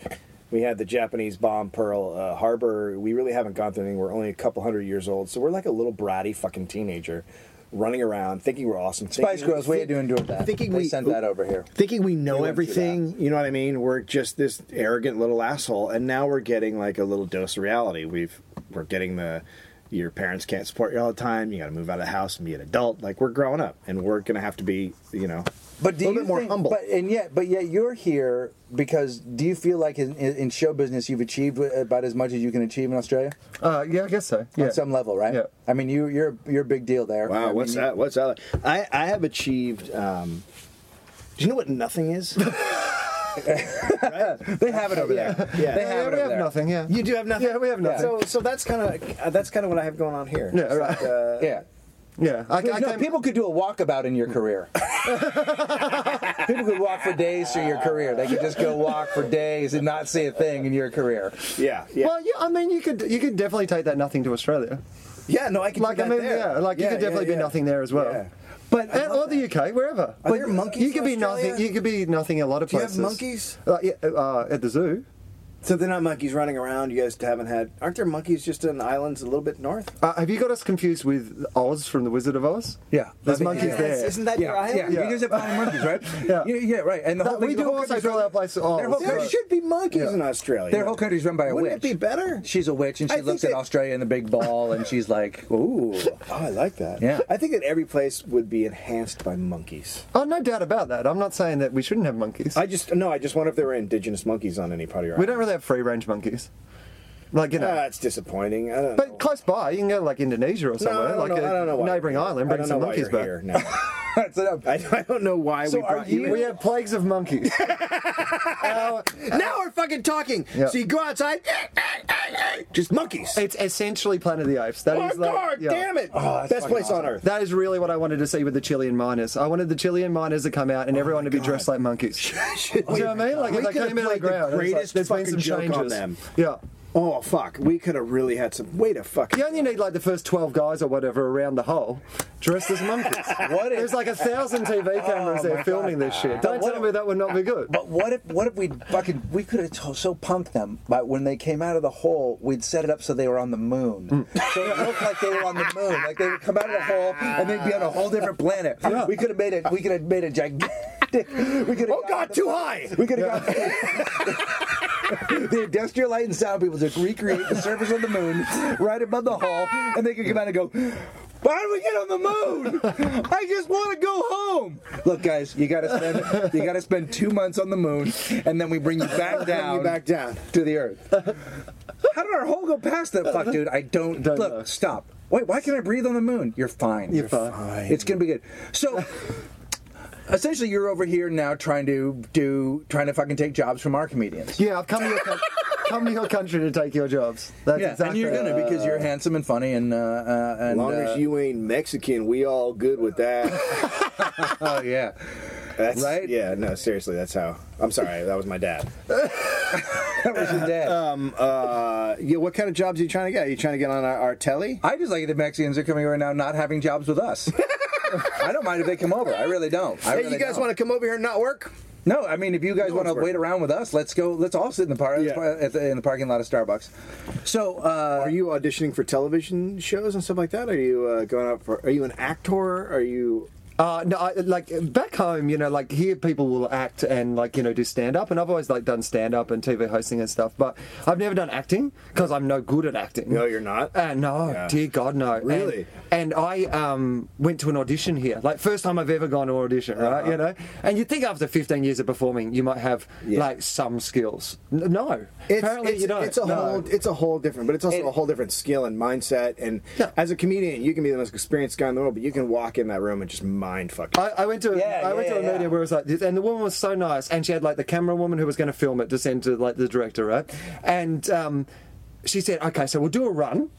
Speaker 1: we had the Japanese bomb Pearl uh, Harbor. We really haven't gone through anything. We're only a couple hundred years old, so we're like a little bratty fucking teenager. Running around thinking we're awesome.
Speaker 2: Spice
Speaker 1: thinking-
Speaker 2: Girls, we had to endure that.
Speaker 1: Thinking
Speaker 2: they
Speaker 1: we-
Speaker 2: sent that over here.
Speaker 1: thinking we know
Speaker 2: We went through
Speaker 1: everything. You know what I mean? We're just this arrogant little asshole, and now we're getting like a little dose of reality. We've we're getting the your parents can't support you all the time. You got to move out of the house and be an adult. Like we're growing up, and we're gonna have to be, you know,
Speaker 2: But do
Speaker 1: a little
Speaker 2: you
Speaker 1: bit more
Speaker 2: think,
Speaker 1: humble.
Speaker 2: But and yet, but yet you're here because do you feel like in, in show business you've achieved about as much as you can achieve in Australia
Speaker 3: Uh, yeah, I guess so. Yeah.
Speaker 2: on some level, right?
Speaker 3: Yeah.
Speaker 2: I mean, you you're you're a big deal there. I
Speaker 1: wow,
Speaker 2: mean,
Speaker 1: what's
Speaker 2: you-
Speaker 1: that? What's that? like? I I have achieved. um Do you know what nothing
Speaker 3: (laughs)
Speaker 1: is?
Speaker 2: They have it over there.
Speaker 1: Yeah. Yeah,
Speaker 2: they have it
Speaker 3: Yeah, we
Speaker 2: over
Speaker 3: have
Speaker 2: there.
Speaker 3: nothing, yeah.
Speaker 1: You do have nothing.
Speaker 3: Yeah, we have nothing.
Speaker 1: So so that's kind of uh, that's kind of what I have going on here.
Speaker 3: Yeah,
Speaker 1: It's
Speaker 3: right.
Speaker 1: like, uh,
Speaker 2: Yeah.
Speaker 3: Yeah. I,
Speaker 2: No,
Speaker 3: I came-
Speaker 2: people could do a walkabout in your career. people could walk for days through your career. They could just go walk for days and not see a thing in your career.
Speaker 1: yeah, yeah,
Speaker 3: Well, yeah, I mean, you could you could definitely take that nothing to Australia.
Speaker 1: yeah. No, I can. do
Speaker 3: Like, I
Speaker 1: that
Speaker 3: mean,
Speaker 1: there.
Speaker 3: yeah, like you could definitely
Speaker 1: yeah.
Speaker 3: be nothing there as well.
Speaker 1: Yeah.
Speaker 3: But and, or the UK, wherever.
Speaker 1: Are there monkeys
Speaker 3: You could
Speaker 1: in
Speaker 3: be
Speaker 1: Australia?
Speaker 3: nothing. You could be nothing in a lot of
Speaker 1: Do you have
Speaker 3: places.
Speaker 1: monkeys?
Speaker 3: Uh, yeah, uh, at the zoo.
Speaker 1: So they're not monkeys running around. You guys haven't had. Aren't there monkeys just in islands a little bit north?
Speaker 3: Uh, have you got us confused with Oz from The Wizard of Oz?
Speaker 2: Yeah.
Speaker 3: There's
Speaker 2: I think-
Speaker 3: monkeys
Speaker 2: yeah.
Speaker 3: there.
Speaker 1: Isn't that your
Speaker 2: Yeah, yeah,
Speaker 1: island?
Speaker 2: you guys have flying monkeys, right?
Speaker 3: Yeah.
Speaker 2: you, yeah, right. And the
Speaker 3: No,
Speaker 2: whole,
Speaker 3: we
Speaker 2: the
Speaker 3: do
Speaker 2: whole
Speaker 3: also
Speaker 2: country's
Speaker 3: call
Speaker 2: run-
Speaker 3: our place Oz.
Speaker 2: Their whole
Speaker 3: Yeah.
Speaker 1: There
Speaker 2: country-
Speaker 1: should be monkeys in Australia.
Speaker 2: Their whole country's run by a
Speaker 1: Wouldn't it
Speaker 2: witch.
Speaker 1: be better?
Speaker 2: She's a witch, and
Speaker 1: I
Speaker 2: she
Speaker 1: think
Speaker 2: looks at
Speaker 1: that-
Speaker 2: Australia and the big ball, and she's like, "Ooh, (laughs)
Speaker 1: Oh, I like that.
Speaker 2: Yeah.
Speaker 1: I think that every place would be enhanced by monkeys.
Speaker 3: Oh, no doubt about that. I'm not saying that we shouldn't have monkeys.
Speaker 1: I just no. I just wonder if there were indigenous monkeys on any part of your
Speaker 3: we
Speaker 1: island.
Speaker 3: don't really have free range monkeys. Like, you know.
Speaker 1: Ah, it's disappointing. I don't know.
Speaker 3: but close by, you can go like Indonesia or
Speaker 1: No, I
Speaker 3: somewhere,
Speaker 1: don't
Speaker 3: like
Speaker 1: know- I don't know
Speaker 3: a
Speaker 1: why
Speaker 3: neighbouring
Speaker 1: you're here.
Speaker 3: island,
Speaker 1: I don't
Speaker 3: bring some
Speaker 1: know why
Speaker 3: monkeys
Speaker 1: you're
Speaker 3: back.
Speaker 1: here now.
Speaker 2: that's
Speaker 1: (laughs)
Speaker 2: enough."
Speaker 1: I, I don't know why
Speaker 2: So
Speaker 1: we
Speaker 2: are
Speaker 1: brought you.
Speaker 2: you-
Speaker 1: in.
Speaker 3: We have plagues of monkeys. Our-
Speaker 1: Now we're fucking talking.
Speaker 3: Yeah.
Speaker 1: So you go outside, eh, just monkeys.
Speaker 3: it's essentially Planet of the Apes. That is
Speaker 1: oh
Speaker 3: like,
Speaker 1: God,
Speaker 3: yeah.
Speaker 1: damn it!
Speaker 2: Oh, that's
Speaker 1: Best
Speaker 2: fucking
Speaker 1: place on
Speaker 2: awesome.
Speaker 1: earth.
Speaker 3: That is really what I wanted to see with the Chilean miners. I wanted the Chilean miners to come out and everyone to be dressed like monkeys.
Speaker 1: (laughs)
Speaker 3: Do you know what I mean? Like,
Speaker 1: we
Speaker 3: if they
Speaker 1: could have
Speaker 3: came out of the
Speaker 1: played the
Speaker 3: ground, it's like,
Speaker 1: greatest
Speaker 3: there's been
Speaker 1: fucking
Speaker 3: some
Speaker 1: joke on
Speaker 3: changes.
Speaker 1: them.
Speaker 3: Yeah.
Speaker 1: Oh fuck, we could have really had some. Wait a fucking.
Speaker 3: You only need like the first 12 guys or whatever around the hole dressed as monkeys.
Speaker 2: What if-
Speaker 3: There's like a thousand TV cameras
Speaker 2: Oh, my
Speaker 3: there filming
Speaker 2: God.
Speaker 3: this
Speaker 2: But
Speaker 3: shit. Don't
Speaker 2: what
Speaker 3: tell
Speaker 2: if-
Speaker 3: me that would not be good.
Speaker 2: But what if what if we fucking we could have told, so punked them, but when they came out of the hole, we'd set it up so they were on the moon,
Speaker 1: Mm.
Speaker 2: so it looked like they were on the moon, like they would come out of the hole and they'd be on a whole different planet. We could have made it. We could have made a gigantic. We could.
Speaker 1: Oh God, too high.
Speaker 2: We could have got the industrial light and sound people to recreate the surface of the moon right above the hall, and they could come out and go. Why did we get on the moon? I just want to go home. Look, guys, you gotta spend you gotta spend two months on the moon, and then we bring you back
Speaker 1: Bring
Speaker 2: down,
Speaker 1: you back down.
Speaker 2: to the earth. How did our hole go past that? Fuck, dude. I don't,
Speaker 3: Don't
Speaker 2: look.
Speaker 3: know.
Speaker 2: Stop. Wait, why can't I breathe on the moon? You're fine.
Speaker 3: You're fine.
Speaker 2: It's gonna be good. So (laughs) essentially you're over here now trying to do trying to fucking take jobs from our comedians.
Speaker 3: Yeah, I've come to your, co- come to your country to take your jobs. That's
Speaker 2: Yeah, and
Speaker 3: exactly
Speaker 2: you're gonna because you're handsome and funny and uh, uh
Speaker 1: As
Speaker 2: and
Speaker 1: long
Speaker 2: uh,
Speaker 1: as you ain't Mexican, we all good with
Speaker 3: (laughs)
Speaker 1: that.
Speaker 2: (laughs) oh yeah.
Speaker 1: That's,
Speaker 2: Right?
Speaker 1: Yeah. No, seriously, that's how. I'm sorry, that was my dad.
Speaker 2: That was your dad.
Speaker 1: Um. Uh. Yeah. What kind of jobs are you trying to get? Are you trying to get on our, our telly?
Speaker 2: I just like the Mexicans are coming over now not having jobs with us. I don't mind if they come over. I really don't. I
Speaker 1: hey,
Speaker 2: really
Speaker 1: you guys
Speaker 2: don't.
Speaker 1: want to come over here and not work?
Speaker 2: No, I mean, if you guys want to
Speaker 1: one's
Speaker 2: wait around with us, let's go. Let's all sit in the par-
Speaker 1: Yeah.
Speaker 2: at the, in the parking lot of Starbucks. So, uh,
Speaker 1: Are you auditioning for television shows and stuff like that? Are you uh, going out for? Are you an actor? Are you?
Speaker 3: Uh, no, I, like back home, you know, like here people will act and like you know do stand up, and I've always like done stand up and TV hosting and stuff, but I've never done acting because I'm no good at acting.
Speaker 1: No, you're not?
Speaker 3: Uh, no,
Speaker 1: Yeah.
Speaker 3: dear God, no.
Speaker 1: Really?
Speaker 3: And, and I um, went to an audition here, like first time I've ever gone to an audition,
Speaker 1: Uh-huh.
Speaker 3: right? You know, and you would think after 15 years of performing, you might have
Speaker 1: Yeah.
Speaker 3: like some skills. N- No,
Speaker 1: It's,
Speaker 3: apparently
Speaker 1: it's,
Speaker 3: you don't.
Speaker 1: It's a
Speaker 3: No.
Speaker 1: whole. It's a whole different, but it's also
Speaker 2: It-
Speaker 1: a whole different skill and mindset. And
Speaker 3: Yeah.
Speaker 1: as a comedian, you can be the most experienced guy in the world, but you can walk in that room and just mind fuck.
Speaker 3: I, I went to
Speaker 2: Yeah,
Speaker 3: I went
Speaker 2: yeah,
Speaker 3: to a
Speaker 2: yeah.
Speaker 3: media where it was like this, and the woman was so nice, and she had like the camera woman who was going to film it to send to like the director, right? And um, she said, "Okay, so we'll do a run."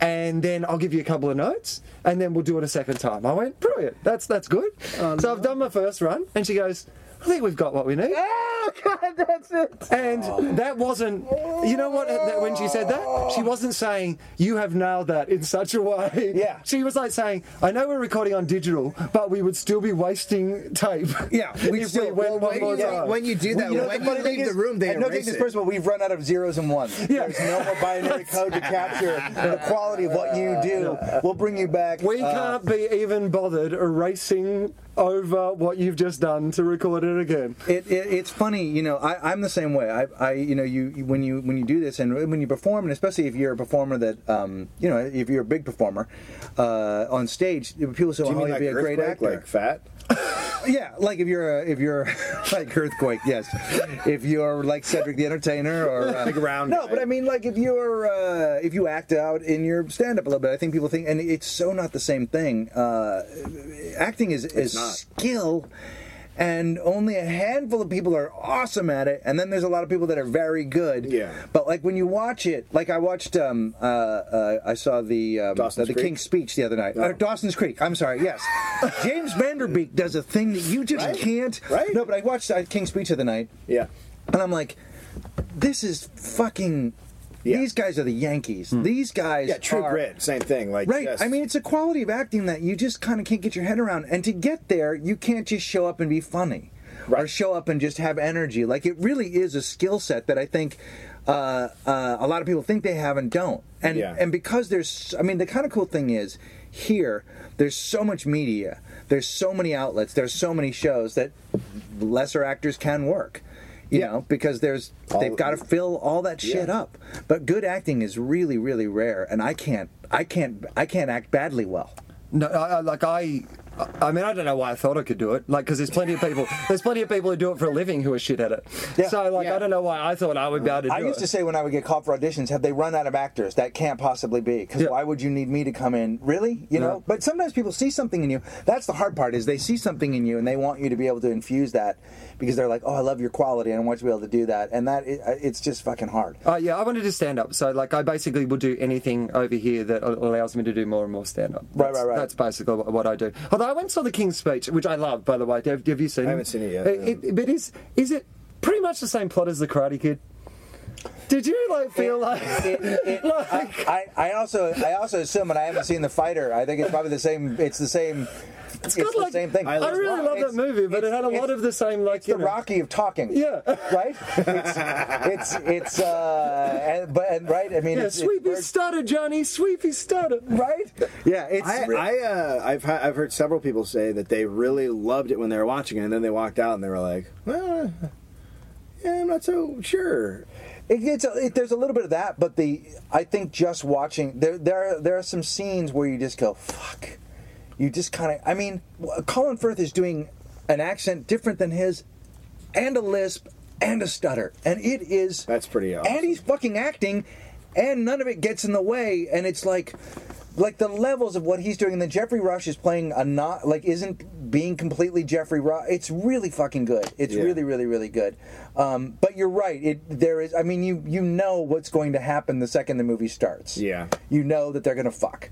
Speaker 3: And then I'll give you a couple of notes, and then we'll do it a second time. I went, brilliant. That's that's good. so I've done my first run, and she goes, I think we've got what we need.
Speaker 2: oh god, that's it.
Speaker 3: And that wasn't, you know what? That, when she said that, she wasn't saying you have nailed that in such a way.
Speaker 2: Yeah.
Speaker 3: She was like saying, I know we're recording on digital, but we would still be wasting (laughs) tape.
Speaker 2: Yeah, we
Speaker 3: if
Speaker 2: still-
Speaker 3: we went
Speaker 2: well,
Speaker 3: one
Speaker 2: when
Speaker 3: more
Speaker 2: you-
Speaker 3: time.
Speaker 1: when you do that,
Speaker 2: You know,
Speaker 1: when
Speaker 2: the
Speaker 1: you
Speaker 2: funny thing
Speaker 1: leave
Speaker 2: is-
Speaker 1: the room, they
Speaker 2: I don't
Speaker 1: erase
Speaker 2: think this
Speaker 1: it.
Speaker 2: person, but we've run out of zeros and ones.
Speaker 3: Yeah.
Speaker 2: There's no more (laughs) binary code to capture the quality of what you do. We'll bring you back.
Speaker 3: we
Speaker 2: uh,
Speaker 3: can't be even bothered erasing over what you've just done to record it again.
Speaker 2: it, it, it's funny, you know. I, I'm the same way. I, I, you know, you you- when you when you do this and when you perform, and especially if you're a performer that, um, you know, if you're a big performer uh, on stage, people say,
Speaker 1: Do
Speaker 2: "Oh, you'd be a great
Speaker 1: earthquake,
Speaker 2: actor."
Speaker 1: like fat?
Speaker 2: Yeah, like if you're a, (laughs) if you're like earthquake, yes. If you're like Cedric the Entertainer or uh,
Speaker 1: Like round
Speaker 2: No,
Speaker 1: guy.
Speaker 2: but I mean like if you're uh, if you act out in your stand up a little bit, I think people think, and it's so not the same thing. Uh, acting is is
Speaker 1: not.
Speaker 2: skill. And only a handful of people are awesome at it, and then there's a lot of people that are very good.
Speaker 1: Yeah.
Speaker 2: But like when you watch it, like I watched, um, uh, uh, I saw the um,
Speaker 1: Dawson's
Speaker 2: the
Speaker 1: Creek?
Speaker 2: King's Speech the other night.
Speaker 1: Oh.
Speaker 2: Uh, Dawson's Creek. I'm sorry. Yes,
Speaker 1: (laughs)
Speaker 2: James Vanderbeek does a thing that you just
Speaker 1: Right?
Speaker 2: can't.
Speaker 1: Right?
Speaker 2: No, but I watched uh, King's Speech the other night,
Speaker 1: Yeah.
Speaker 2: and I'm like, this is fucking.
Speaker 1: Yeah. Hmm.
Speaker 2: These guys are the Yankees. These guys.
Speaker 1: Yeah. True
Speaker 2: are,
Speaker 1: grit. Same thing. Like
Speaker 2: Right.
Speaker 1: just-
Speaker 2: I mean, it's a quality of acting that you just kind of can't get your head around. And to get there, you can't just show up and be funny. or
Speaker 1: Right.
Speaker 2: show up and just have energy. Like it really is a skill set that I think uh, uh, a lot of people think they have and don't. And
Speaker 1: Yeah.
Speaker 2: and because there's, I mean, the kind of cool thing is here there's so much media, there's so many outlets, there's so many shows that lesser actors can work. You
Speaker 1: Yeah.
Speaker 2: know, because there's they've got to fill all that shit
Speaker 1: Yeah.
Speaker 2: up. But good acting is really, really rare, and I can't, I can't, I can't act badly well.
Speaker 3: No, I, I, like I, I mean, I don't know why I thought I could do it. Like, because there's plenty of people, there's plenty of people who do it for a living who are shit at it.
Speaker 2: Yeah.
Speaker 3: So, like,
Speaker 1: Yeah.
Speaker 3: I don't know why I thought I would be able to do
Speaker 2: I used
Speaker 3: it.
Speaker 2: to say when I would get called for auditions, have they run out of actors? That can't possibly be. Because
Speaker 3: Yeah.
Speaker 2: why would you need me to come in? Really? You know?
Speaker 3: Yeah.
Speaker 2: But sometimes people see something in you. That's the hard part is they see something in you and they want you to be able to infuse that because they're like, oh, I love your quality and I want you to be able to do that. And that it, it's just fucking hard.
Speaker 3: Uh, yeah, I wanted to stand up. So, like, I basically will do anything over here that al- allows me to do more and more stand up.
Speaker 2: Right, right, right.
Speaker 3: That's basically what, what I do. Although I went and saw the King's Speech, which I love, by the way. Have, have you seen? I
Speaker 1: haven't seen it yet, yeah.
Speaker 3: but is is it pretty much the same plot as the Karate Kid? Did you like feel like?
Speaker 2: It- it-
Speaker 3: (laughs) like
Speaker 2: I, I also I also assume, and I haven't seen the fighter. I think it's probably the same. It's the same. It's,
Speaker 3: got
Speaker 2: the
Speaker 3: like-
Speaker 2: same thing.
Speaker 3: I, really love that
Speaker 2: It's-
Speaker 3: movie, but it
Speaker 2: it's-
Speaker 3: had a lot
Speaker 2: it's-
Speaker 3: of the same like
Speaker 2: it's
Speaker 3: you
Speaker 2: the
Speaker 3: know,
Speaker 2: Rocky of talking. (laughs)
Speaker 3: Yeah.
Speaker 2: Right. It's it's it's uh, and, but and right. I mean,
Speaker 3: Yeah,
Speaker 2: it's,
Speaker 3: sweepy
Speaker 2: it's
Speaker 3: stutter, Johnny. Sweepy stutter.
Speaker 2: right.
Speaker 1: Yeah, it's. I,
Speaker 2: re-
Speaker 1: I uh, I've ha- I've heard several people say that they really loved it when they were watching it, and then they walked out and they were like, well, uh, yeah, I'm not so sure.
Speaker 2: It, it's a, it, there's a little bit of that, but the I think just watching there there are, there are some scenes where you just go fuck. You just kind of I mean, w- Colin Firth is doing an accent different than his, and a lisp and a stutter, and it is
Speaker 1: That's pretty awesome.
Speaker 2: And he's fucking acting, and none of it gets in the way, and it's like. Like the levels of what he's doing, and then Jeffrey Rush is playing a not like isn't being completely Jeffrey Rush. It's really fucking good. It's
Speaker 1: Yeah.
Speaker 2: really, really, really good. Um, but you're right. It there is. I mean, you you know what's going to happen the second the movie starts.
Speaker 1: Yeah.
Speaker 2: You know that they're gonna fuck.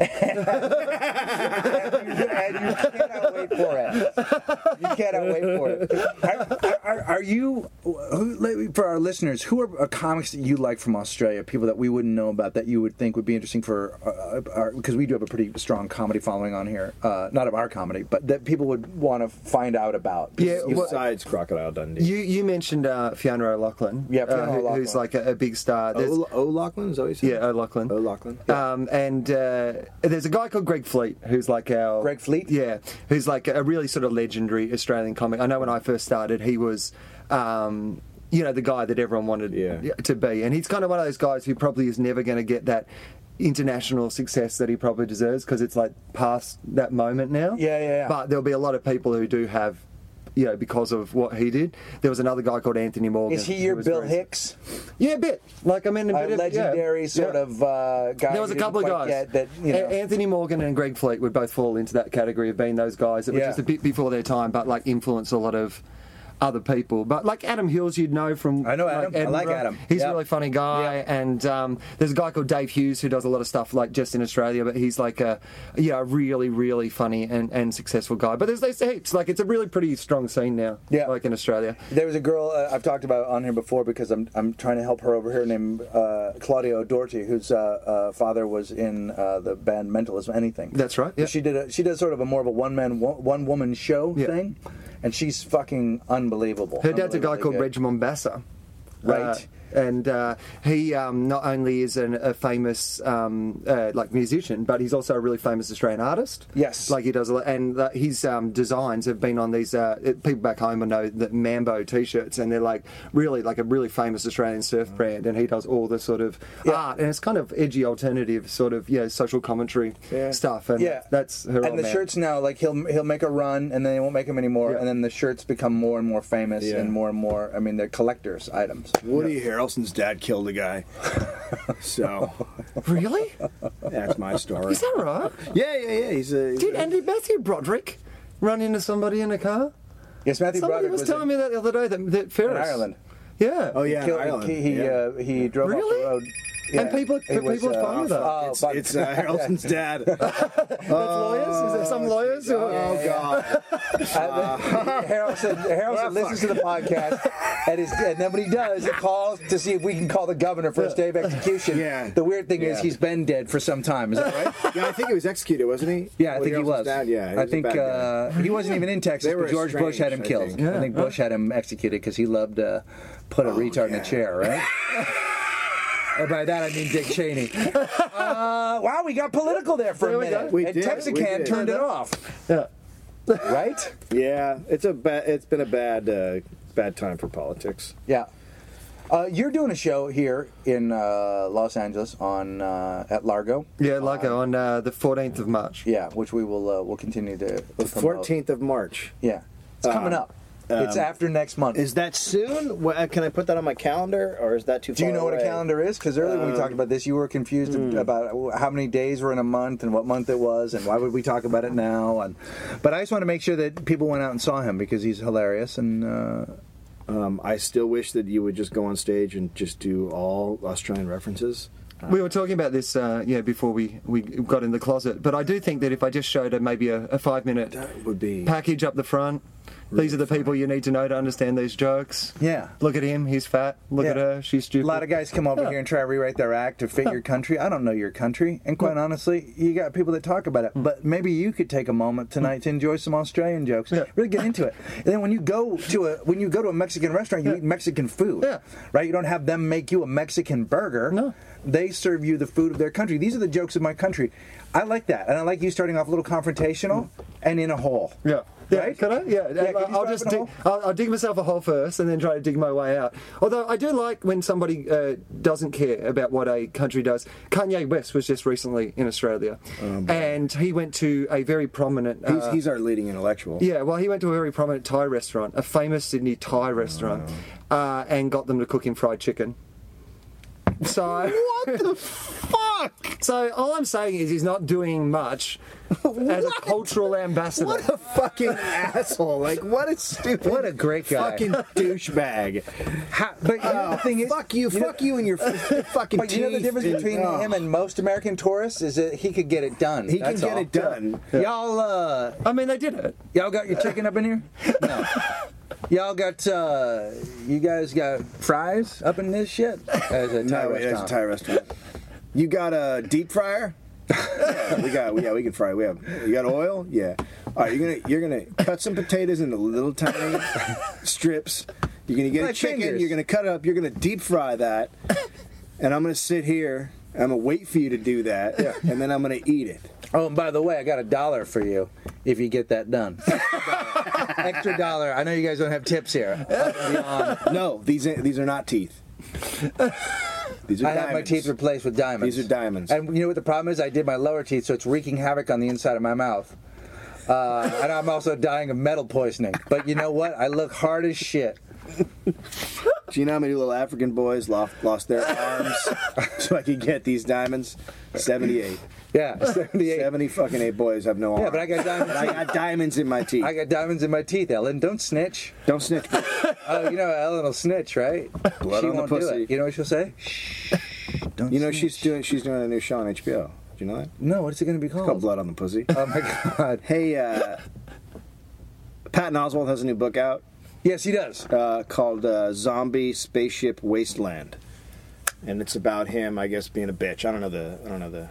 Speaker 2: (laughs) and, you, and you cannot wait for it. You cannot wait for
Speaker 3: (laughs)
Speaker 2: it. Are, are, are you who, let- for our listeners? Who are uh, comics that you like from Australia? People that we wouldn't know about that you would think would be interesting for because we do have a pretty strong comedy following on here. Uh, not of our comedy, but that people would want to find out about.
Speaker 3: Yeah,
Speaker 2: You-
Speaker 3: well-
Speaker 1: Besides Crocodile Dundee.
Speaker 3: You you mentioned uh, Fiona O'Loughlin,
Speaker 2: Yeah,
Speaker 3: uh,
Speaker 2: Fiona
Speaker 3: who-
Speaker 2: O'Loughlin.
Speaker 3: who's like a, a big star. There's-
Speaker 1: O- O'Loughlin, is that what you said?
Speaker 3: yeah, O'Loughlin.
Speaker 1: O'Loughlin.
Speaker 3: Um, and uh, there's a guy called Greg Fleet who's like our
Speaker 2: Greg Fleet?
Speaker 3: yeah, who's like a really sort of legendary Australian comic. I know when I first started, he was. Um, you know the guy that everyone wanted
Speaker 1: Yeah.
Speaker 3: to be, and he's kind of one of those guys who probably is never going to get that international success that he probably deserves because it's like past that moment now.
Speaker 2: Yeah, yeah, yeah.
Speaker 3: But there'll be a lot of people who do have, you know, because of what he did. There was another guy called Anthony Morgan.
Speaker 2: is he
Speaker 3: who
Speaker 2: your
Speaker 3: was
Speaker 2: Bill
Speaker 3: very-
Speaker 2: Hicks?
Speaker 3: Yeah, a bit. Like I mean, a,
Speaker 2: A
Speaker 3: bit of- yeah.
Speaker 2: legendary sort
Speaker 3: Yeah.
Speaker 2: of uh, guy.
Speaker 3: There was a
Speaker 2: you didn't
Speaker 3: couple of
Speaker 2: quite
Speaker 3: guys.
Speaker 2: get that you know.
Speaker 3: A- Anthony Morgan and Greg Fleet would both fall into that category of being those guys that were
Speaker 2: Yeah.
Speaker 3: just a bit before their time, but like influence a lot of other people. But like Adam Hills, you'd know from
Speaker 2: I know Adam. I like
Speaker 3: Edinburgh.
Speaker 2: Adam.
Speaker 3: He's
Speaker 2: Yeah.
Speaker 3: a really funny guy, and um, there's a guy called Dave Hughes who does a lot of stuff like just in Australia, but he's like a yeah, a really really funny and, and successful guy. But there's there's heaps. Like it's a really pretty strong scene now.
Speaker 2: Yeah.
Speaker 3: like in Australia.
Speaker 2: There was a girl uh, I've talked about on here before because I'm, I'm trying to help her over here named uh, Claudia O'Doherty, whose uh, uh, father was in uh, the band Mentalism Anything.
Speaker 3: That's right, yeah.
Speaker 2: She did a, she does sort of a more of a one man one woman show
Speaker 3: Yeah.
Speaker 2: thing, and she's fucking unbelievable.
Speaker 3: Her dad's a guy
Speaker 2: Unbelievably
Speaker 3: called
Speaker 2: good.
Speaker 3: Reg Mombassa.
Speaker 2: Right.
Speaker 3: Uh, and uh, he um, not only is an, a famous um, uh, like musician, but he's also a really famous Australian artist.
Speaker 2: Yes.
Speaker 3: like he does a lot, and uh, his um, designs have been on these uh, it- people back home will know the Mambo T-shirts, and they're like really like a really famous Australian
Speaker 2: Mm.
Speaker 3: surf brand, and he does all the sort of art, and it's kind of edgy alternative sort of yeah social commentary
Speaker 1: Yeah.
Speaker 3: stuff, and
Speaker 2: Yeah,
Speaker 3: that's her. old
Speaker 2: And the
Speaker 3: man.
Speaker 2: shirts now, like he'll he'll make a run, and then they won't make them anymore,
Speaker 3: Yeah.
Speaker 2: and then the shirts become more and more famous,
Speaker 1: Yeah.
Speaker 2: and more and more. I mean, they're collectors' items.
Speaker 1: Woody Harrelson's dad killed a guy. so
Speaker 2: (laughs)
Speaker 3: Really?
Speaker 1: that's my story.
Speaker 3: Is that right?
Speaker 1: yeah, yeah, yeah. He's a. he's
Speaker 3: Did
Speaker 1: a-
Speaker 3: Andy Matthew Broderick run into somebody in a car?
Speaker 2: Yes, Matthew
Speaker 3: Somebody
Speaker 2: Broderick
Speaker 3: was,
Speaker 2: was
Speaker 3: telling
Speaker 2: in-
Speaker 3: me that the other day that, that Ferris
Speaker 2: Ireland.
Speaker 3: Yeah.
Speaker 1: oh yeah, in
Speaker 2: killed-
Speaker 1: Ireland.
Speaker 2: He he,
Speaker 1: yeah.
Speaker 2: uh, he drove off
Speaker 3: Really?
Speaker 2: the road.
Speaker 3: And people-
Speaker 4: he
Speaker 3: but people
Speaker 2: uh,
Speaker 3: are fine
Speaker 4: oh,
Speaker 3: with that.
Speaker 4: fuck,
Speaker 1: It's,
Speaker 4: but-
Speaker 1: it's
Speaker 2: (laughs)
Speaker 1: uh, Harrelson's dad.
Speaker 2: Oh,
Speaker 3: That's lawyers? Is there some lawyers? who-
Speaker 1: Oh God!
Speaker 2: (laughs) Uh, Harrelson, Harrelson listens to the podcast, and, his, and then when he does, he calls to see if we can call the governor for his day of execution.
Speaker 1: Yeah.
Speaker 2: The weird thing is,
Speaker 1: Yeah.
Speaker 2: he's been dead for some time. Is that right?
Speaker 1: Yeah, I think he was executed, wasn't he?
Speaker 2: Yeah, I
Speaker 1: Woody
Speaker 2: think he
Speaker 1: Harrelson's
Speaker 2: was.
Speaker 1: Dad? Yeah, he
Speaker 2: I
Speaker 1: was a
Speaker 2: think
Speaker 1: bad guy.
Speaker 2: uh, he wasn't
Speaker 1: (laughs)
Speaker 2: even in Texas,
Speaker 1: They were
Speaker 2: but George Bush had him
Speaker 1: estranged, I
Speaker 2: killed.
Speaker 1: think. Oh,
Speaker 2: I think Bush had him executed because he loved to put a retard in
Speaker 1: yeah.
Speaker 2: a
Speaker 1: (laughs)
Speaker 2: chair, right? and by that I mean Dick Cheney. uh, wow, we got political there for
Speaker 3: There
Speaker 2: a
Speaker 3: we
Speaker 2: minute.
Speaker 3: go.
Speaker 1: We
Speaker 2: and
Speaker 1: did, we
Speaker 2: Texarkana
Speaker 1: did.
Speaker 2: turned it off,
Speaker 1: (laughs)
Speaker 3: Yeah.
Speaker 2: right?
Speaker 1: yeah, it's a ba- it's been a bad uh, bad time for politics.
Speaker 2: Yeah. Uh, you're doing a show here in uh, Los Angeles on uh, at Largo.
Speaker 3: Yeah, like on uh, the 14th of March.
Speaker 2: Yeah, which we will uh, will continue to. to
Speaker 1: The
Speaker 2: promote.
Speaker 1: fourteenth of March.
Speaker 2: Yeah, it's coming up. it's after next month.
Speaker 1: Uh, um, Is that soon? Wha- Can I put that on my calendar, or is that too?
Speaker 2: Do you
Speaker 1: far
Speaker 2: know what a
Speaker 1: away?
Speaker 2: calendar is? Because earlier when we talked about this, you were confused about how many days were in a month and what month it was, and why would we talk about it now? And but I just want to make sure that people went out and saw him because he's hilarious and uh,
Speaker 1: Um, I still wish that you would just go on stage and just do all Australian references.
Speaker 3: We were talking about this, uh, yeah, before we, we got in the closet. But I do think that if I just showed a, maybe a, a five minute
Speaker 1: would be-
Speaker 3: package up the front, these are the people you need to know to understand these jokes.
Speaker 2: Yeah.
Speaker 3: Look at him, he's fat. Look
Speaker 2: Yeah.
Speaker 3: at her, she's
Speaker 2: a
Speaker 3: stupid.
Speaker 2: lot of guys come over
Speaker 3: Yeah.
Speaker 2: here and try to rewrite their act to fit your country. I don't know your country, and quite honestly, you got people that talk about it.
Speaker 3: Hmm.
Speaker 2: But maybe you could take a moment tonight to enjoy some Australian jokes,
Speaker 3: Yeah.
Speaker 2: really get into it. And then when you go to a when you go to a Mexican restaurant, you eat Mexican food,
Speaker 3: Yeah.
Speaker 2: right? You don't have them make you a Mexican burger.
Speaker 3: No.
Speaker 2: They serve you the food of their country. These are the jokes of my country. I like that, and I like you starting off a little confrontational and in a hole.
Speaker 3: Mm. Yeah. Yeah,
Speaker 2: Right?
Speaker 3: could I? Yeah,
Speaker 2: Yeah, could you
Speaker 3: I'll
Speaker 2: drive
Speaker 3: just
Speaker 2: in a
Speaker 3: dig,
Speaker 2: hole?
Speaker 3: I'll, I'll dig myself a hole first, and then try to dig my way out. Although I do like when somebody uh, doesn't care about what a country does. Kanye West was just recently in Australia,
Speaker 2: Oh,
Speaker 3: and he went to a very prominent.
Speaker 1: He's,
Speaker 3: uh,
Speaker 1: he's our leading intellectual.
Speaker 3: yeah, well, he went to a very prominent Thai restaurant, a famous Sydney
Speaker 2: Oh,
Speaker 3: Thai restaurant, uh, and got them to cook him fried chicken. So what
Speaker 1: (laughs)
Speaker 3: the fuck? So all I'm saying is he's not
Speaker 2: (laughs)
Speaker 3: doing much as a cultural ambassador.
Speaker 1: (laughs) What a fucking asshole! Like what a stupid.
Speaker 2: What a great guy.
Speaker 1: Fucking douchebag. Oh,
Speaker 2: How, but you know, the thing is,
Speaker 1: fuck you,
Speaker 2: know-
Speaker 1: fuck you, and your f- fucking.
Speaker 2: (laughs) But you know the
Speaker 1: teeth
Speaker 2: difference
Speaker 1: and-
Speaker 2: between
Speaker 1: oh.
Speaker 2: him and most American tourists is that he could get it done.
Speaker 1: He can
Speaker 2: That's
Speaker 1: get
Speaker 2: all.
Speaker 1: it done.
Speaker 2: Y'all, uh,
Speaker 3: I mean, they did it.
Speaker 2: y'all got your chicken up in here?
Speaker 1: (laughs)
Speaker 2: No. Y'all got, uh, you guys got fries up in this shit? As a Thai
Speaker 1: (laughs) No, it is a
Speaker 2: restaurant.
Speaker 1: Thai restaurant. You got a deep fryer? yeah, we got. Yeah, we can fry. We have. You got oil? Yeah. All right, you're gonna you're gonna cut some potatoes into little tiny strips. You're gonna get
Speaker 2: My
Speaker 1: a chicken.
Speaker 2: fingers.
Speaker 1: You're gonna cut it up. You're gonna deep fry that, and I'm gonna sit here. I'm gonna wait for you to do that, and then I'm gonna eat it.
Speaker 2: Oh, and by the way, I got a dollar for you if you get
Speaker 1: (laughs)
Speaker 2: that done. Extra dollar. I know you guys don't have
Speaker 1: (laughs)
Speaker 2: tips here. Up and beyond.
Speaker 1: No, these ain't- these are not teeth. These are
Speaker 2: I have my
Speaker 1: diamonds.
Speaker 2: teeth replaced with diamonds.
Speaker 1: These are diamonds.
Speaker 2: And you know what the problem is? I did my lower teeth, so it's wreaking havoc on the inside of my mouth. Uh, and I'm also dying of metal poisoning. But you know what? I look hard as shit.
Speaker 1: Do you know how many little African boys lost, lost their
Speaker 2: (laughs)
Speaker 1: arms so I could get these diamonds? 78. (laughs)
Speaker 2: Yeah, 78.
Speaker 1: 70 fucking eight boys have no arms.
Speaker 2: Yeah, but I got diamonds.
Speaker 1: I got diamonds in my teeth.
Speaker 2: I got diamonds in my teeth, Ellen. Don't snitch.
Speaker 1: Don't snitch. bitch.
Speaker 2: Oh, you know Ellen will snitch, right?
Speaker 1: Blood
Speaker 2: she
Speaker 1: on the
Speaker 2: won't do
Speaker 1: pussy.
Speaker 2: it. You know what she'll say? Shh. Don't.
Speaker 1: You know
Speaker 2: snitch.
Speaker 1: she's doing she's doing a new show on HBO. Do you know that? It's
Speaker 2: No, what's it going to be called?
Speaker 1: called Blood on the Pussy.
Speaker 2: Oh my (laughs) God.
Speaker 1: Hey, uh, Patton Oswald has a new book out
Speaker 2: Yes, he does.
Speaker 1: uh, called uh, Zombie Spaceship Wasteland, and it's about him, I guess, being a bitch. I don't know the I don't know the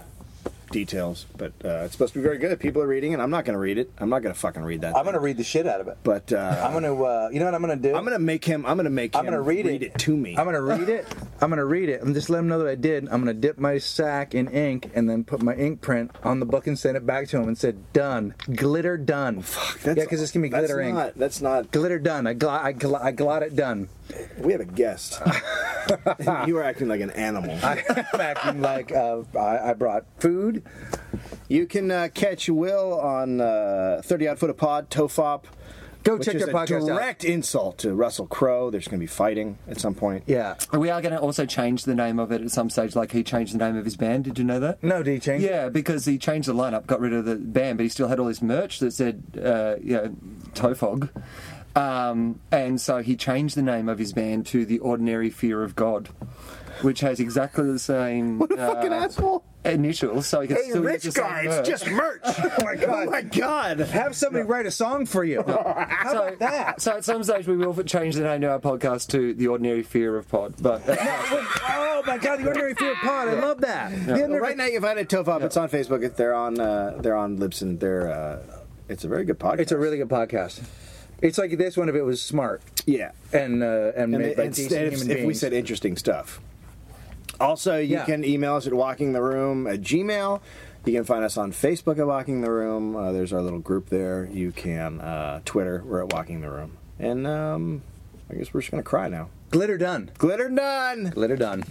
Speaker 1: details, but uh, it's supposed to be very good. People are reading it. I'm not going to read it. I'm not going to fucking read that.
Speaker 2: I'm going to read the shit out of it.
Speaker 1: But uh,
Speaker 2: I'm going to. Uh, you know what I'm going to do?
Speaker 1: I'm gonna make him. I'm gonna make him.
Speaker 2: I'm gonna read,
Speaker 1: it. to me.
Speaker 2: (laughs) I'm gonna read it. I'm gonna read it and just let them know that I did. I'm gonna dip my sack in ink and then put my ink print on the book and send it back to him and said, "Done, glitter done." Fuck, yeah, because it's gonna be
Speaker 1: that's
Speaker 2: glitter ink.
Speaker 1: Not, that's not.
Speaker 2: Glitter done. I glot. I, gl- I glot it done.
Speaker 1: We have a
Speaker 2: (laughs)
Speaker 1: guest. you were acting like an animal.
Speaker 2: I, (laughs) I'm acting like uh, I, I brought food.
Speaker 1: You can uh, catch Will on uh, Thirty Odd Foot of Pod Tofop.
Speaker 2: Go
Speaker 1: which
Speaker 2: check
Speaker 1: is
Speaker 2: their
Speaker 1: a
Speaker 2: podcast out.
Speaker 1: Direct insult to Russell Crowe. There's gonna be fighting at some point.
Speaker 2: Yeah.
Speaker 3: We are going to also change the name of it at some stage. Like he changed the name of his band. Did you know that?
Speaker 2: No, D change.
Speaker 3: Yeah, because he changed the lineup, got rid of the band, but he still had all this merch that said, uh, you know, Tofog. Um, and so he changed the name of his band to The Ordinary Fear of God. which has exactly the same uh,
Speaker 1: What a fucking asshole.
Speaker 3: initials, so he can
Speaker 1: Hey,
Speaker 3: still use
Speaker 1: rich
Speaker 3: the same
Speaker 1: guy,
Speaker 3: verb.
Speaker 1: it's just merch. oh my god. Oh my god.
Speaker 2: Have somebody write a song for
Speaker 1: (laughs)
Speaker 2: you. How
Speaker 3: so,
Speaker 2: about that?
Speaker 3: so at some stage we will change the name of our podcast to The Ordinary Fear of Pod,
Speaker 1: (laughs)
Speaker 3: but
Speaker 2: oh my God, the Ordinary Fear Pod. I love that. The
Speaker 1: Well,
Speaker 2: Ordinary-
Speaker 1: right now you've had a tough up. It's on Facebook. If they're on uh, they're on Libsyn. They're uh, it's a very good podcast.
Speaker 2: It's a really good podcast. It's like this one if it was smart
Speaker 1: yeah.
Speaker 2: and uh, and,
Speaker 1: And
Speaker 2: made
Speaker 1: it-
Speaker 2: by decent
Speaker 1: instead
Speaker 2: human
Speaker 1: of,
Speaker 2: beings.
Speaker 1: if we said interesting stuff. Also, you
Speaker 2: Yeah.
Speaker 1: can email us at walkingtheroom at gmail. You can find us on Facebook at Walking the Room. Uh, there's our little group there. You can uh, Twitter. We're at Walking the Room. And um, I guess we're just gonna cry now.
Speaker 2: glitter done,
Speaker 1: Glitter none.
Speaker 2: glitter done.